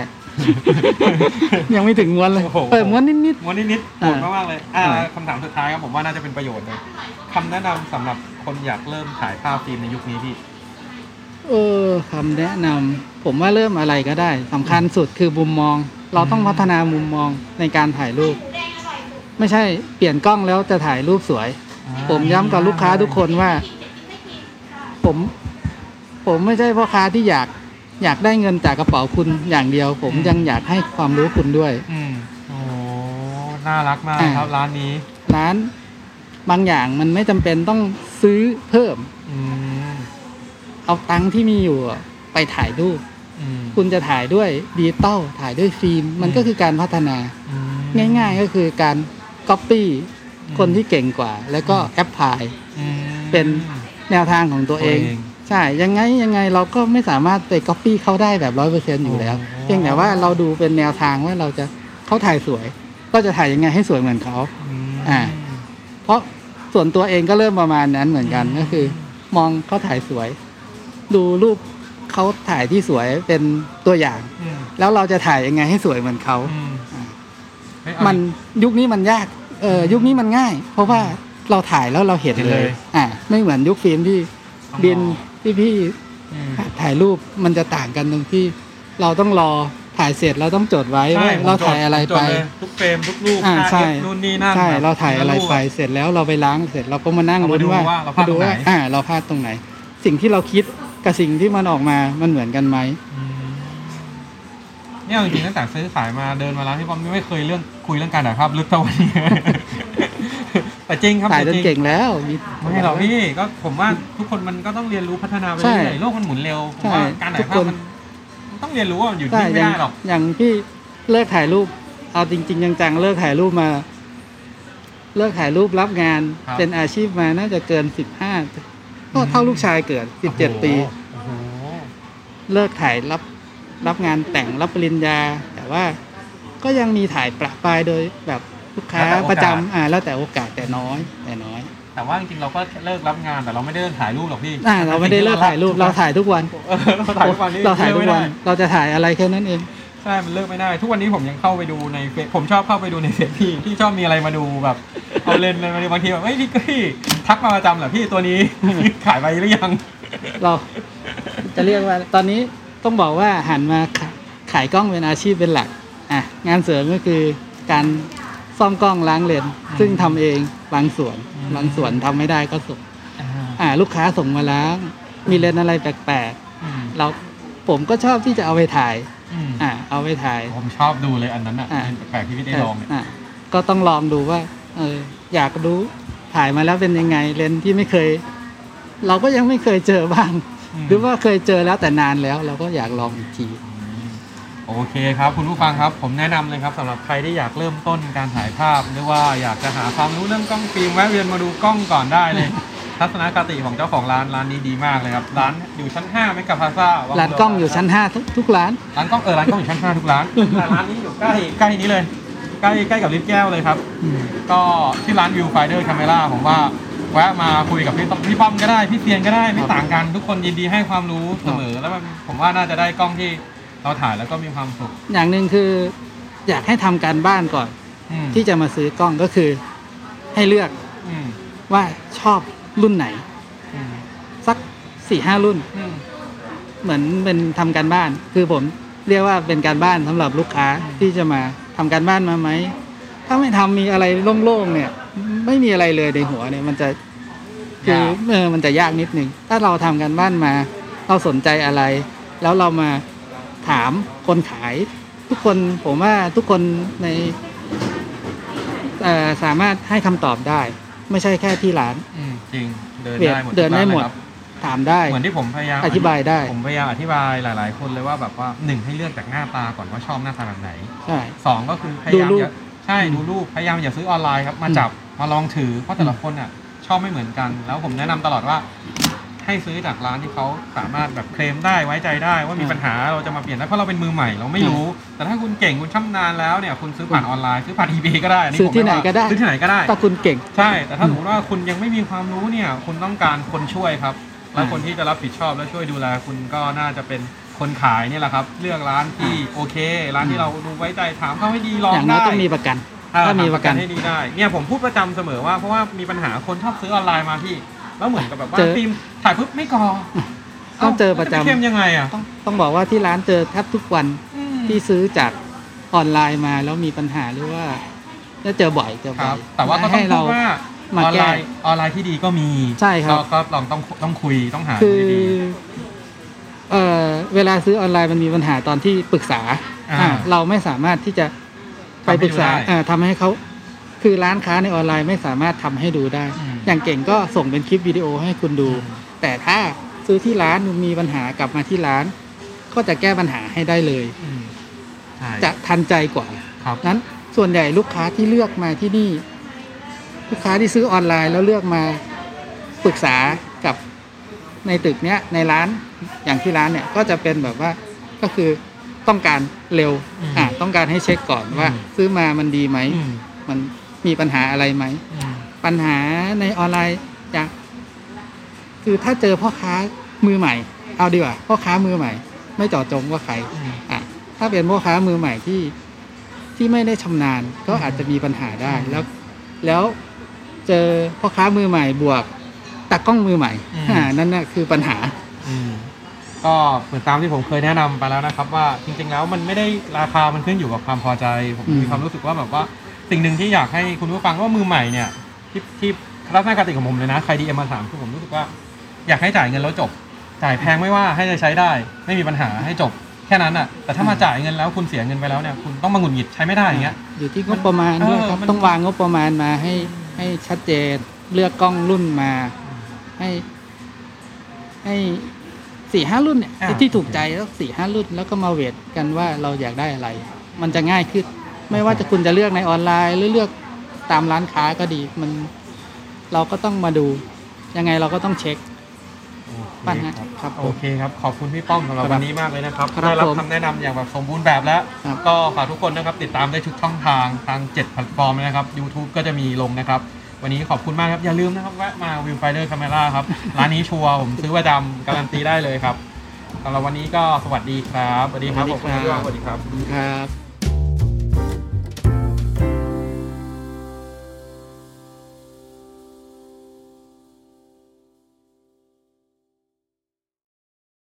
Speaker 2: ยังไม่ถึงม้วนเลย
Speaker 1: โอ้โห
Speaker 2: เปิดม้วนนิด
Speaker 1: ม้วนนิดๆ
Speaker 2: อ่า
Speaker 1: โหดมากๆเลยอ่า
Speaker 2: อ่า
Speaker 1: คำถามสุดท้ายครับผมว่าน่าจะเป็นประโยชน์เลยคำแนะนำสำหรับคนอยากเริ่มถ่ายภาพฟิล์มในยุคนี้พี่
Speaker 2: ๆเออคำแนะนำผมว่าเริ่มอะไรก็ได้สำคัญสุดคือมุมมอง เราต้องพัฒนามุมมองในการถ่ายรูป ไม่ใช่เปลี่ยนกล้องแล้วจะถ่ายรูปสวย ผมย้ำกับลูกค้าทุกคนว่า ผม ผมไม่ใช่พ่อค้าที่อยากอยากได้เงินจากกระเป๋าคุณอย่างเดียว ผม
Speaker 1: อืม
Speaker 2: ยังอยากให้ความรู้คุณด้วย
Speaker 1: อืมโอ้น่ารักมากครับร้านนี้
Speaker 2: ร้านบางอย่างมันไม่จำเป็นต้องซื้อเพิ่ม
Speaker 1: อืม
Speaker 2: เอาตังค์ที่มีอยู่อะไปถ่ายรูป
Speaker 1: อืม
Speaker 2: คุณจะถ่ายด้วยดิจิตอลถ่ายด้วยฟิล์ม มัน
Speaker 1: อืม
Speaker 2: ก็คือการพัฒนา
Speaker 1: อืม
Speaker 2: ง่ายๆก็คือการก๊อปปี้
Speaker 1: อืม
Speaker 2: คนที่เก่งกว่า แล้วก็แอปพลาย
Speaker 1: อืม
Speaker 2: เป็น แนวทางของตัวเอง
Speaker 1: ตัวเอง
Speaker 2: ใช่ ยังไงยังไงเราก็ไม่สามารถไปก๊อปปี้เขาได้แบบร้อยเปอร์เซ็นต์อยู่แล้ว
Speaker 1: โอ้
Speaker 2: เพียงแต่ว่าเราดูเป็นแนวทางว่าเราจะเขาถ่ายสวย ก็จะถ่ายยังไงให้สวยเหมือนเขา
Speaker 1: ม
Speaker 2: อ่า เพราะส่วนตัวเองก็เริ่มประมาณนั้นเหมือนกันก็คือ มองเขาถ่ายสวย ดูรูปเขาถ่ายที่สวยเป็นตัวอย่าง
Speaker 1: อืม
Speaker 2: แล้วเราจะถ่ายยังไงให้สวยเหมือนเขา
Speaker 1: อืมเฮ้ยเอา
Speaker 2: มันยุคนี้มันยาก เออยุคนี้มันง่าย เพราะว่าเราถ่ายแล้วเราเห็น
Speaker 1: เห็น
Speaker 2: เล
Speaker 1: เลย ย
Speaker 2: อ่า ไม่เหมือนยุคฟิล์มที่
Speaker 1: ต้อง
Speaker 2: บิน
Speaker 1: รอ
Speaker 2: ที่พี่
Speaker 1: อืม
Speaker 2: ถ่ายรูปมันจะต่างกันตรงที่ เราต้องรอถ่ายเสร็จเราต้องจดไว้
Speaker 1: ใช่
Speaker 2: ว่า
Speaker 1: ผม
Speaker 2: เรา
Speaker 1: จด
Speaker 2: ถ่ายอะไร
Speaker 1: ผมจ
Speaker 2: ไป
Speaker 1: ดเลยทุกเฟรมทุกรูป
Speaker 2: อ่า
Speaker 1: หน้
Speaker 2: ใช่
Speaker 1: เอ็กซ์นู่นนี่นั่น
Speaker 2: ใช่
Speaker 1: แบบ
Speaker 2: เราถ่ายอะไรไป
Speaker 1: ป
Speaker 2: เสร็จแล้วเราไปล้างเสร็จเราก็มานั่ง
Speaker 1: เอามา
Speaker 2: ลุ้น
Speaker 1: ดู
Speaker 2: ว่า
Speaker 1: ว่าเราพลาดตรงไหน
Speaker 2: ว่าอ่า เราพลาดตรงไหน สิ่งที่เราคิดกับสิ่งที่มันออกมามันเหมือนกันไหม
Speaker 1: อืมเนี่ยจริงๆตั้งแต่ซื้อขายมาเดินมาร้านพี่ป้อมไม่เคยเรื่องคุยเรื่องการถ่ายภาพลึกเท่าวันนี้ แต่จริงครับ
Speaker 2: ถ่ายจน
Speaker 1: แต่
Speaker 2: เก่งแล้วมี
Speaker 1: ไม่หรอกพี่ก็ผมว่าทุกคนมันก็ต้องเรียนรู้พัฒนาไป
Speaker 2: ใช่
Speaker 1: เรื่อยๆโลกมันหมุนเร็วผมว่า
Speaker 2: ใช่
Speaker 1: การ
Speaker 2: ทุ
Speaker 1: ถ่าย
Speaker 2: ก
Speaker 1: ภา
Speaker 2: ค
Speaker 1: พ
Speaker 2: น
Speaker 1: มันมันต้องเรียนรู้ว่าอยู่
Speaker 2: ใช่
Speaker 1: นิ่งไม่
Speaker 2: อย่าง
Speaker 1: ได้หรอก
Speaker 2: อย่างพี่เลิกถ่ายรูป เอาจริง ๆ จังๆเลิกถ่ายรูปมา เลิกถ่ายรูปรับงาน
Speaker 1: ครับ
Speaker 2: เป็นอาชีพมาน่าจะเกินสิบห้าก็เท่าลูกชายเกิดสิบเจ็ดปี
Speaker 1: โอ้โห
Speaker 2: เลิกถ่ายรับ รับงานแต่งรับปริญญา แต่ว่าก็ยังมีถ่ายประปรายโดยแบบลูกค้า
Speaker 1: แล้วแต่โอกาส
Speaker 2: ประจำอ่าแล้วแต่โอกาสแต่น้อย แต่น้อย
Speaker 1: แต่ว่าจริงๆเราก็เลิกรับงานแต่เราไม่ได้เลิกถ่ายรูปหรอกพี่
Speaker 2: อ่าเราไม่ได้เลิกถ่ายรูปเราถ่ายทุกวัน
Speaker 1: เออเราถ่ายทุกวันนี้
Speaker 2: เราถ่าย
Speaker 1: เลิ
Speaker 2: ทุก
Speaker 1: ไม่
Speaker 2: วั
Speaker 1: ได้
Speaker 2: น เราจะถ่ายอะไรแค่นั้นเอง
Speaker 1: ใช่ มันเลิกไม่ได้ ทุกวันนี้ผมยังเข้าไปดูในเฟซผมชอบเข้าไปดูในเฟซพี่ที่ชอบมีอะไรมาดูแบบ เอาเลนส์อะไรมาดูบางทีแบบเฮ้ยพี่พี่ทักมาประจำเหรอพี่ตัวนี้ ขายไปหรือยัง
Speaker 2: เราจะเรียกว่าตอนนี้ต้องบอกว่าหันมาขาขายกล้องเป็นอาชีพเป็นหลักอ่ะงานเสริมก็คือการซ่อมกล้องล้างเลนส์ซึ่งทำเองบางส่วน
Speaker 1: อืม
Speaker 2: บางส่วนทำไม่ได้ก็ส่งอ่าลูกค้าส่งมาล้าง มีเลนส์อะไรแปลก
Speaker 1: อืม
Speaker 2: ๆ เราผมก็ชอบที่จะเอาไปถ่าย
Speaker 1: อืม
Speaker 2: อ่าเอาไปถ่าย
Speaker 1: ผมชอบดูเลยอันนั้นอ่ะ
Speaker 2: อ่ะ
Speaker 1: เป็นแปลกๆที่พี่ได้ลองเนี่ย
Speaker 2: อ่ะก็ต้องลองดูว่าเอออยากรู้ถ่ายมาแล้วเป็นยังไงเลนส์ที่ไม่เคย เราก็ยังไม่เคยเจอบ้าง
Speaker 1: อืม
Speaker 2: หรือว่าเคยเจอแล้วแต่นานแล้ว เราก็อยากลองอีกที
Speaker 1: โอเคครับ คุณผู้ฟังครับผมแนะนำเลยครับสำหรับใครที่อยากเริ่มต้นการถ่ายภาพ หรือว่าอยากจะหาความรู้เรื่องกล้องฟิล์มแวะเวียนมาดูกล้องก่อนได้ เลย ทัศนคติของเจ้าของร้านร้านนี้ดีมากเลยครับร้านอยู่ชั้น5ไม่กับพาซ่า
Speaker 2: ร้านกล้องอยู่ชั้น 5 ทุกทุกร้าน
Speaker 1: ร้านกล้องเออร้านกล้องอยู่ชั้นห้าทุกร้าน แต่ร้านนี้อยู่ใกล้ใกล้นี้เลย ใกล้ใกล้กับลิฟต์แก้วเลยครับ ก็ที่ร้านวิวไฟเดอร์คาเมล่าผมว่าแวะมาคุยกับพี่ต้อมพี่ป้อมก็ได้ พี่เซียนก็ได้ไม่ต่างกันทุกคนยินดีให้ความรู้เสมอ แล้วมันผมว่าน่าจะได้กล้องที่เราถ่ายแล้วก็มีความสุข
Speaker 2: อย่างหนึ่งคือ อยากให้ทำการบ้านก่อน
Speaker 1: อืม
Speaker 2: ที่จะมาซื้อกล้องก็คือ ให้เลือก
Speaker 1: อืม
Speaker 2: ว่าชอบรุ่นไหน
Speaker 1: อืม
Speaker 2: สัก4ี่ห้ารุ่น
Speaker 1: อืม
Speaker 2: เหมือนเป็นทำการบ้าน คือผมเรียกว่าเป็นการบ้านสำหรับลูกค้า
Speaker 1: อืม
Speaker 2: ที่จะมาทำการบ้านมาไหม ถ้าไม่ทำมีอะไรโล่งๆเนี่ย ไม่มีอะไรเลยในหัวเนี่ยมันจะคือเออมันจะยากนิดนึง ถ้าเราทำการบ้านมา เราสนใจอะไร แล้วเรามาถามคนขาย ทุกคนผมว่าทุกคนในเอ่อสามารถให้คำตอบได้ ไม่ใช่แค่ที่ร้าน
Speaker 1: อืมจริงเดิน
Speaker 2: เวียด
Speaker 1: ได้หมดทุก
Speaker 2: เดินได้
Speaker 1: ร้าลย
Speaker 2: หมด
Speaker 1: ครับ
Speaker 2: ถามได้
Speaker 1: เหมือนที่ผมพยายาม
Speaker 2: อธิบายได้
Speaker 1: ผมพยายามอธิบายหลาย ๆ คนเลยว่าแบบว่าหนึ่งให้เลือกจากหน้าตาก่อนว่าชอบหน้าตาแบบไหน
Speaker 2: ใช่
Speaker 1: สองก็คือพยายาม
Speaker 2: ดูรู
Speaker 1: อ
Speaker 2: ป
Speaker 1: ย่าใช่ดูรูปพยายามอย่าซื้อออนไลน์ครับมาจับมาลองถือเพราะแต่ละคนอ่ะชอบไม่เหมือนกัน แล้วผมแนะนำตลอดว่า ให้ซื้อจากร้านที่เขาสามารถแบบเคลมได้ไว้ใจได้ ว่ามี
Speaker 2: อ่า
Speaker 1: ปัญหาเราจะมาเปลี่ยนได้เพราะเราเป็นมือใหม่เราไม่รู้ แต่ถ้าคุณเก่งคุณช่ำนาญแล้วเนี่ยคุณซื้อผ่านออนไลน์ซื้อผ่านอีบีก็ได้นนี้
Speaker 2: ซื้อ
Speaker 1: ผม
Speaker 2: ที่ไหน
Speaker 1: ว่า
Speaker 2: ก็ได้
Speaker 1: ซื้อที่ไหนก็ได้
Speaker 2: ถ้าคุณเก่ง
Speaker 1: ใช่ แต่ถ้าสมมติว่าคุณยังไม่มีความรู้เนี่ย คุณต้องการคนช่วยครับ และคนที่จะรับผิดชอบและช่วยดูแลคุณก็น่าจะเป็นคนขายเนี่ยแหละครับ เลือกร้านที่โอเค ร้านที่เราดูไว้ใจถามเขาให้ดีลอง
Speaker 2: อย่างน้อย
Speaker 1: ได้
Speaker 2: ต้องมีประกัน
Speaker 1: อ่
Speaker 2: ถ้ามีประกัน
Speaker 1: ถให้ดีได้ เนี่ยผมพูดประจำเสมอว่าเพราะว่ามีปัญหาคนชอบซื้อออนไลน์มาพี่ แล้วเหมือนกับแบบว่า
Speaker 2: เจอ
Speaker 1: ฟิล์มถ่ายปุ๊บไม่กอ
Speaker 2: ต้องเจอประ
Speaker 1: แล้
Speaker 2: จำ
Speaker 1: วเข้มยังไงอ่ะ
Speaker 2: ต้องต้องบอกว่าที่ร้านเจอแทบทุกวัน
Speaker 1: อืม
Speaker 2: ที่ซื้อจากออนไลน์มาแล้วมีปัญหาหรือว่าจะเจอบ่อยเจอ
Speaker 1: ค
Speaker 2: บ่
Speaker 1: รั
Speaker 2: อบ ย
Speaker 1: แต่ว่าก็ต้อง
Speaker 2: ให้
Speaker 1: พู
Speaker 2: เรา
Speaker 1: ดว่าอ
Speaker 2: มา
Speaker 1: อน
Speaker 2: แก้
Speaker 1: ไลน์ออนไลน์ที่ดีก็มี
Speaker 2: ใช่ครับ
Speaker 1: เาก็ลองต้องต้องคุยต้องหา
Speaker 2: คือ
Speaker 1: ที่ดี
Speaker 2: เอ่อเวลาซื้อออนไลน์มันมีปัญหาตอนที่ปรึกษา
Speaker 1: อ่า
Speaker 2: อ่าเราไม่สามารถที่จะไปปรึกษา
Speaker 1: ทำให้ดูได้
Speaker 2: อ่าทำให้เขาคือร้านค้าในออนไลน์ไม่สามารถทำให้ดูได้
Speaker 1: อืม
Speaker 2: อย่างเก่งก็ส่งเป็นคลิปวิดีโอให้คุณดู
Speaker 1: อืม
Speaker 2: แต่ถ้าซื้อที่ร้านมีปัญหากลับมาที่ร้าน ก็จะแก้ปัญหาให้ได้เลย
Speaker 1: อืมใช่
Speaker 2: จะทันใจกว่า
Speaker 1: ครับ
Speaker 2: นั้นส่วนใหญ่ลูกค้าที่เลือกมาที่นี่ ลูกค้าที่ซื้อออนไลน์แล้วเลือกมาปรึกษากับในตึกเนี้ยในร้านอย่างที่ร้านเนี่ยก็จะเป็นแบบว่าก็คือต้องการเร็ว
Speaker 1: อืม
Speaker 2: อ่าต้องการให้เช็คก่อนว่า
Speaker 1: อืม
Speaker 2: ซื้อมามันดีไหม
Speaker 1: อืม
Speaker 2: มันมีปัญหาอะไรไหม
Speaker 1: อืม
Speaker 2: ปัญหาในออนไลน์อย่างคือถ้าเจอพ่อค้ามือใหม่ เอาดีกว่าพ่อค้ามือใหม่ ไม่เจาะจงว่าใคร
Speaker 1: อืม
Speaker 2: อ่ะถ้าเป็นพ่อค้ามือใหม่ที่ที่ไม่ได้ชำนาญก็
Speaker 1: อืม
Speaker 2: อาจจะมีปัญหาได้
Speaker 1: อืม
Speaker 2: แล้วแล้วเจอพ่อค้ามือใหม่บวกตากล้องมือใหม่
Speaker 1: อืม
Speaker 2: อ่านั่นน่ะคือปัญหา
Speaker 1: อืมก็เหมือนตามที่ผมเคยแนะนำไปแล้วนะครับ ว่าจริงๆแล้วมันไม่ได้ราคามันขึ้นอยู่กับความพอใจ ผม
Speaker 2: อืม
Speaker 1: มีความรู้สึกว่าแบบว่าสิ่งหนึ่งที่อยากให้คุณผู้ฟังว่ามือใหม่เนี่ยที่ที่รัศนคติของผมเลยนะใครดีเอ็มมาถามคือผมรู้สึกว่า อยากให้จ่ายเงินแล้วจบ จ่ายแพงไม่ว่าให้ใช้ได้ ไม่มีปัญหาให้จบแค่นั้นอ่ะ แต่ถ้ามา
Speaker 2: อืม
Speaker 1: จ่ายเงินแล้วคุณเสียเงินไปแล้วเนี่ยคุณต้องมาหงุดหงิดใช้ไม่ได้อย่างเงี้ย
Speaker 2: อยู่ที่งบประมาณ
Speaker 1: เออ
Speaker 2: ด้วยครับ
Speaker 1: มัน
Speaker 2: ต้องวางงบประมาณมาให้ให้ชัดเจนเลือกกล้องรุ่นมา ให้ ให้สี่ห้ารุ่นเนี่ย
Speaker 1: อ่า
Speaker 2: ที่ถูกใจแล้วสี่ห้ารุ่น แล้วก็มาเวทกันว่าเราอยากได้อะไร มันจะง่ายขึ้น ไม่ว่าจะคุณจะเลือกในออนไลน์ หรือเลือกตามร้านค้าก็ดี มันเราก็ต้องมาดู ยังไงเราก็ต้องเช็ค
Speaker 1: โอ
Speaker 2: ปัญ
Speaker 1: เค
Speaker 2: หา
Speaker 1: ครับ
Speaker 2: ครับผ
Speaker 1: โอ
Speaker 2: ม
Speaker 1: เคครับ ขอบคุณพี่ป้อมสำหรับ
Speaker 2: ครับ
Speaker 1: วันนี้มากเลยนะครับ
Speaker 2: ครับ
Speaker 1: ได้รับ
Speaker 2: ผม
Speaker 1: คำแนะนำอย่างแบบสมบูรณ์แบบแล้ว
Speaker 2: ครับ
Speaker 1: ก็ฝากทุกคนนะครับติดตามได้ทุกช่องทางทาง 7 แพลตฟอร์มเลยนะครับ YouTube ก็จะมีลงนะครับ วันนี้ขอบคุณมากครับ อย่าลืมนะครับแวะมาวิวไฟเดอร์คาเมล่าครับ ร้านนี้ชัวร์ผมซื้อประจำการันตีได้เลยครับสำหรับวันนี้ก็สวัสดีครับสวัสดีครับ
Speaker 2: สวัสดีครับ
Speaker 1: สวัสดีครับ
Speaker 2: ครับ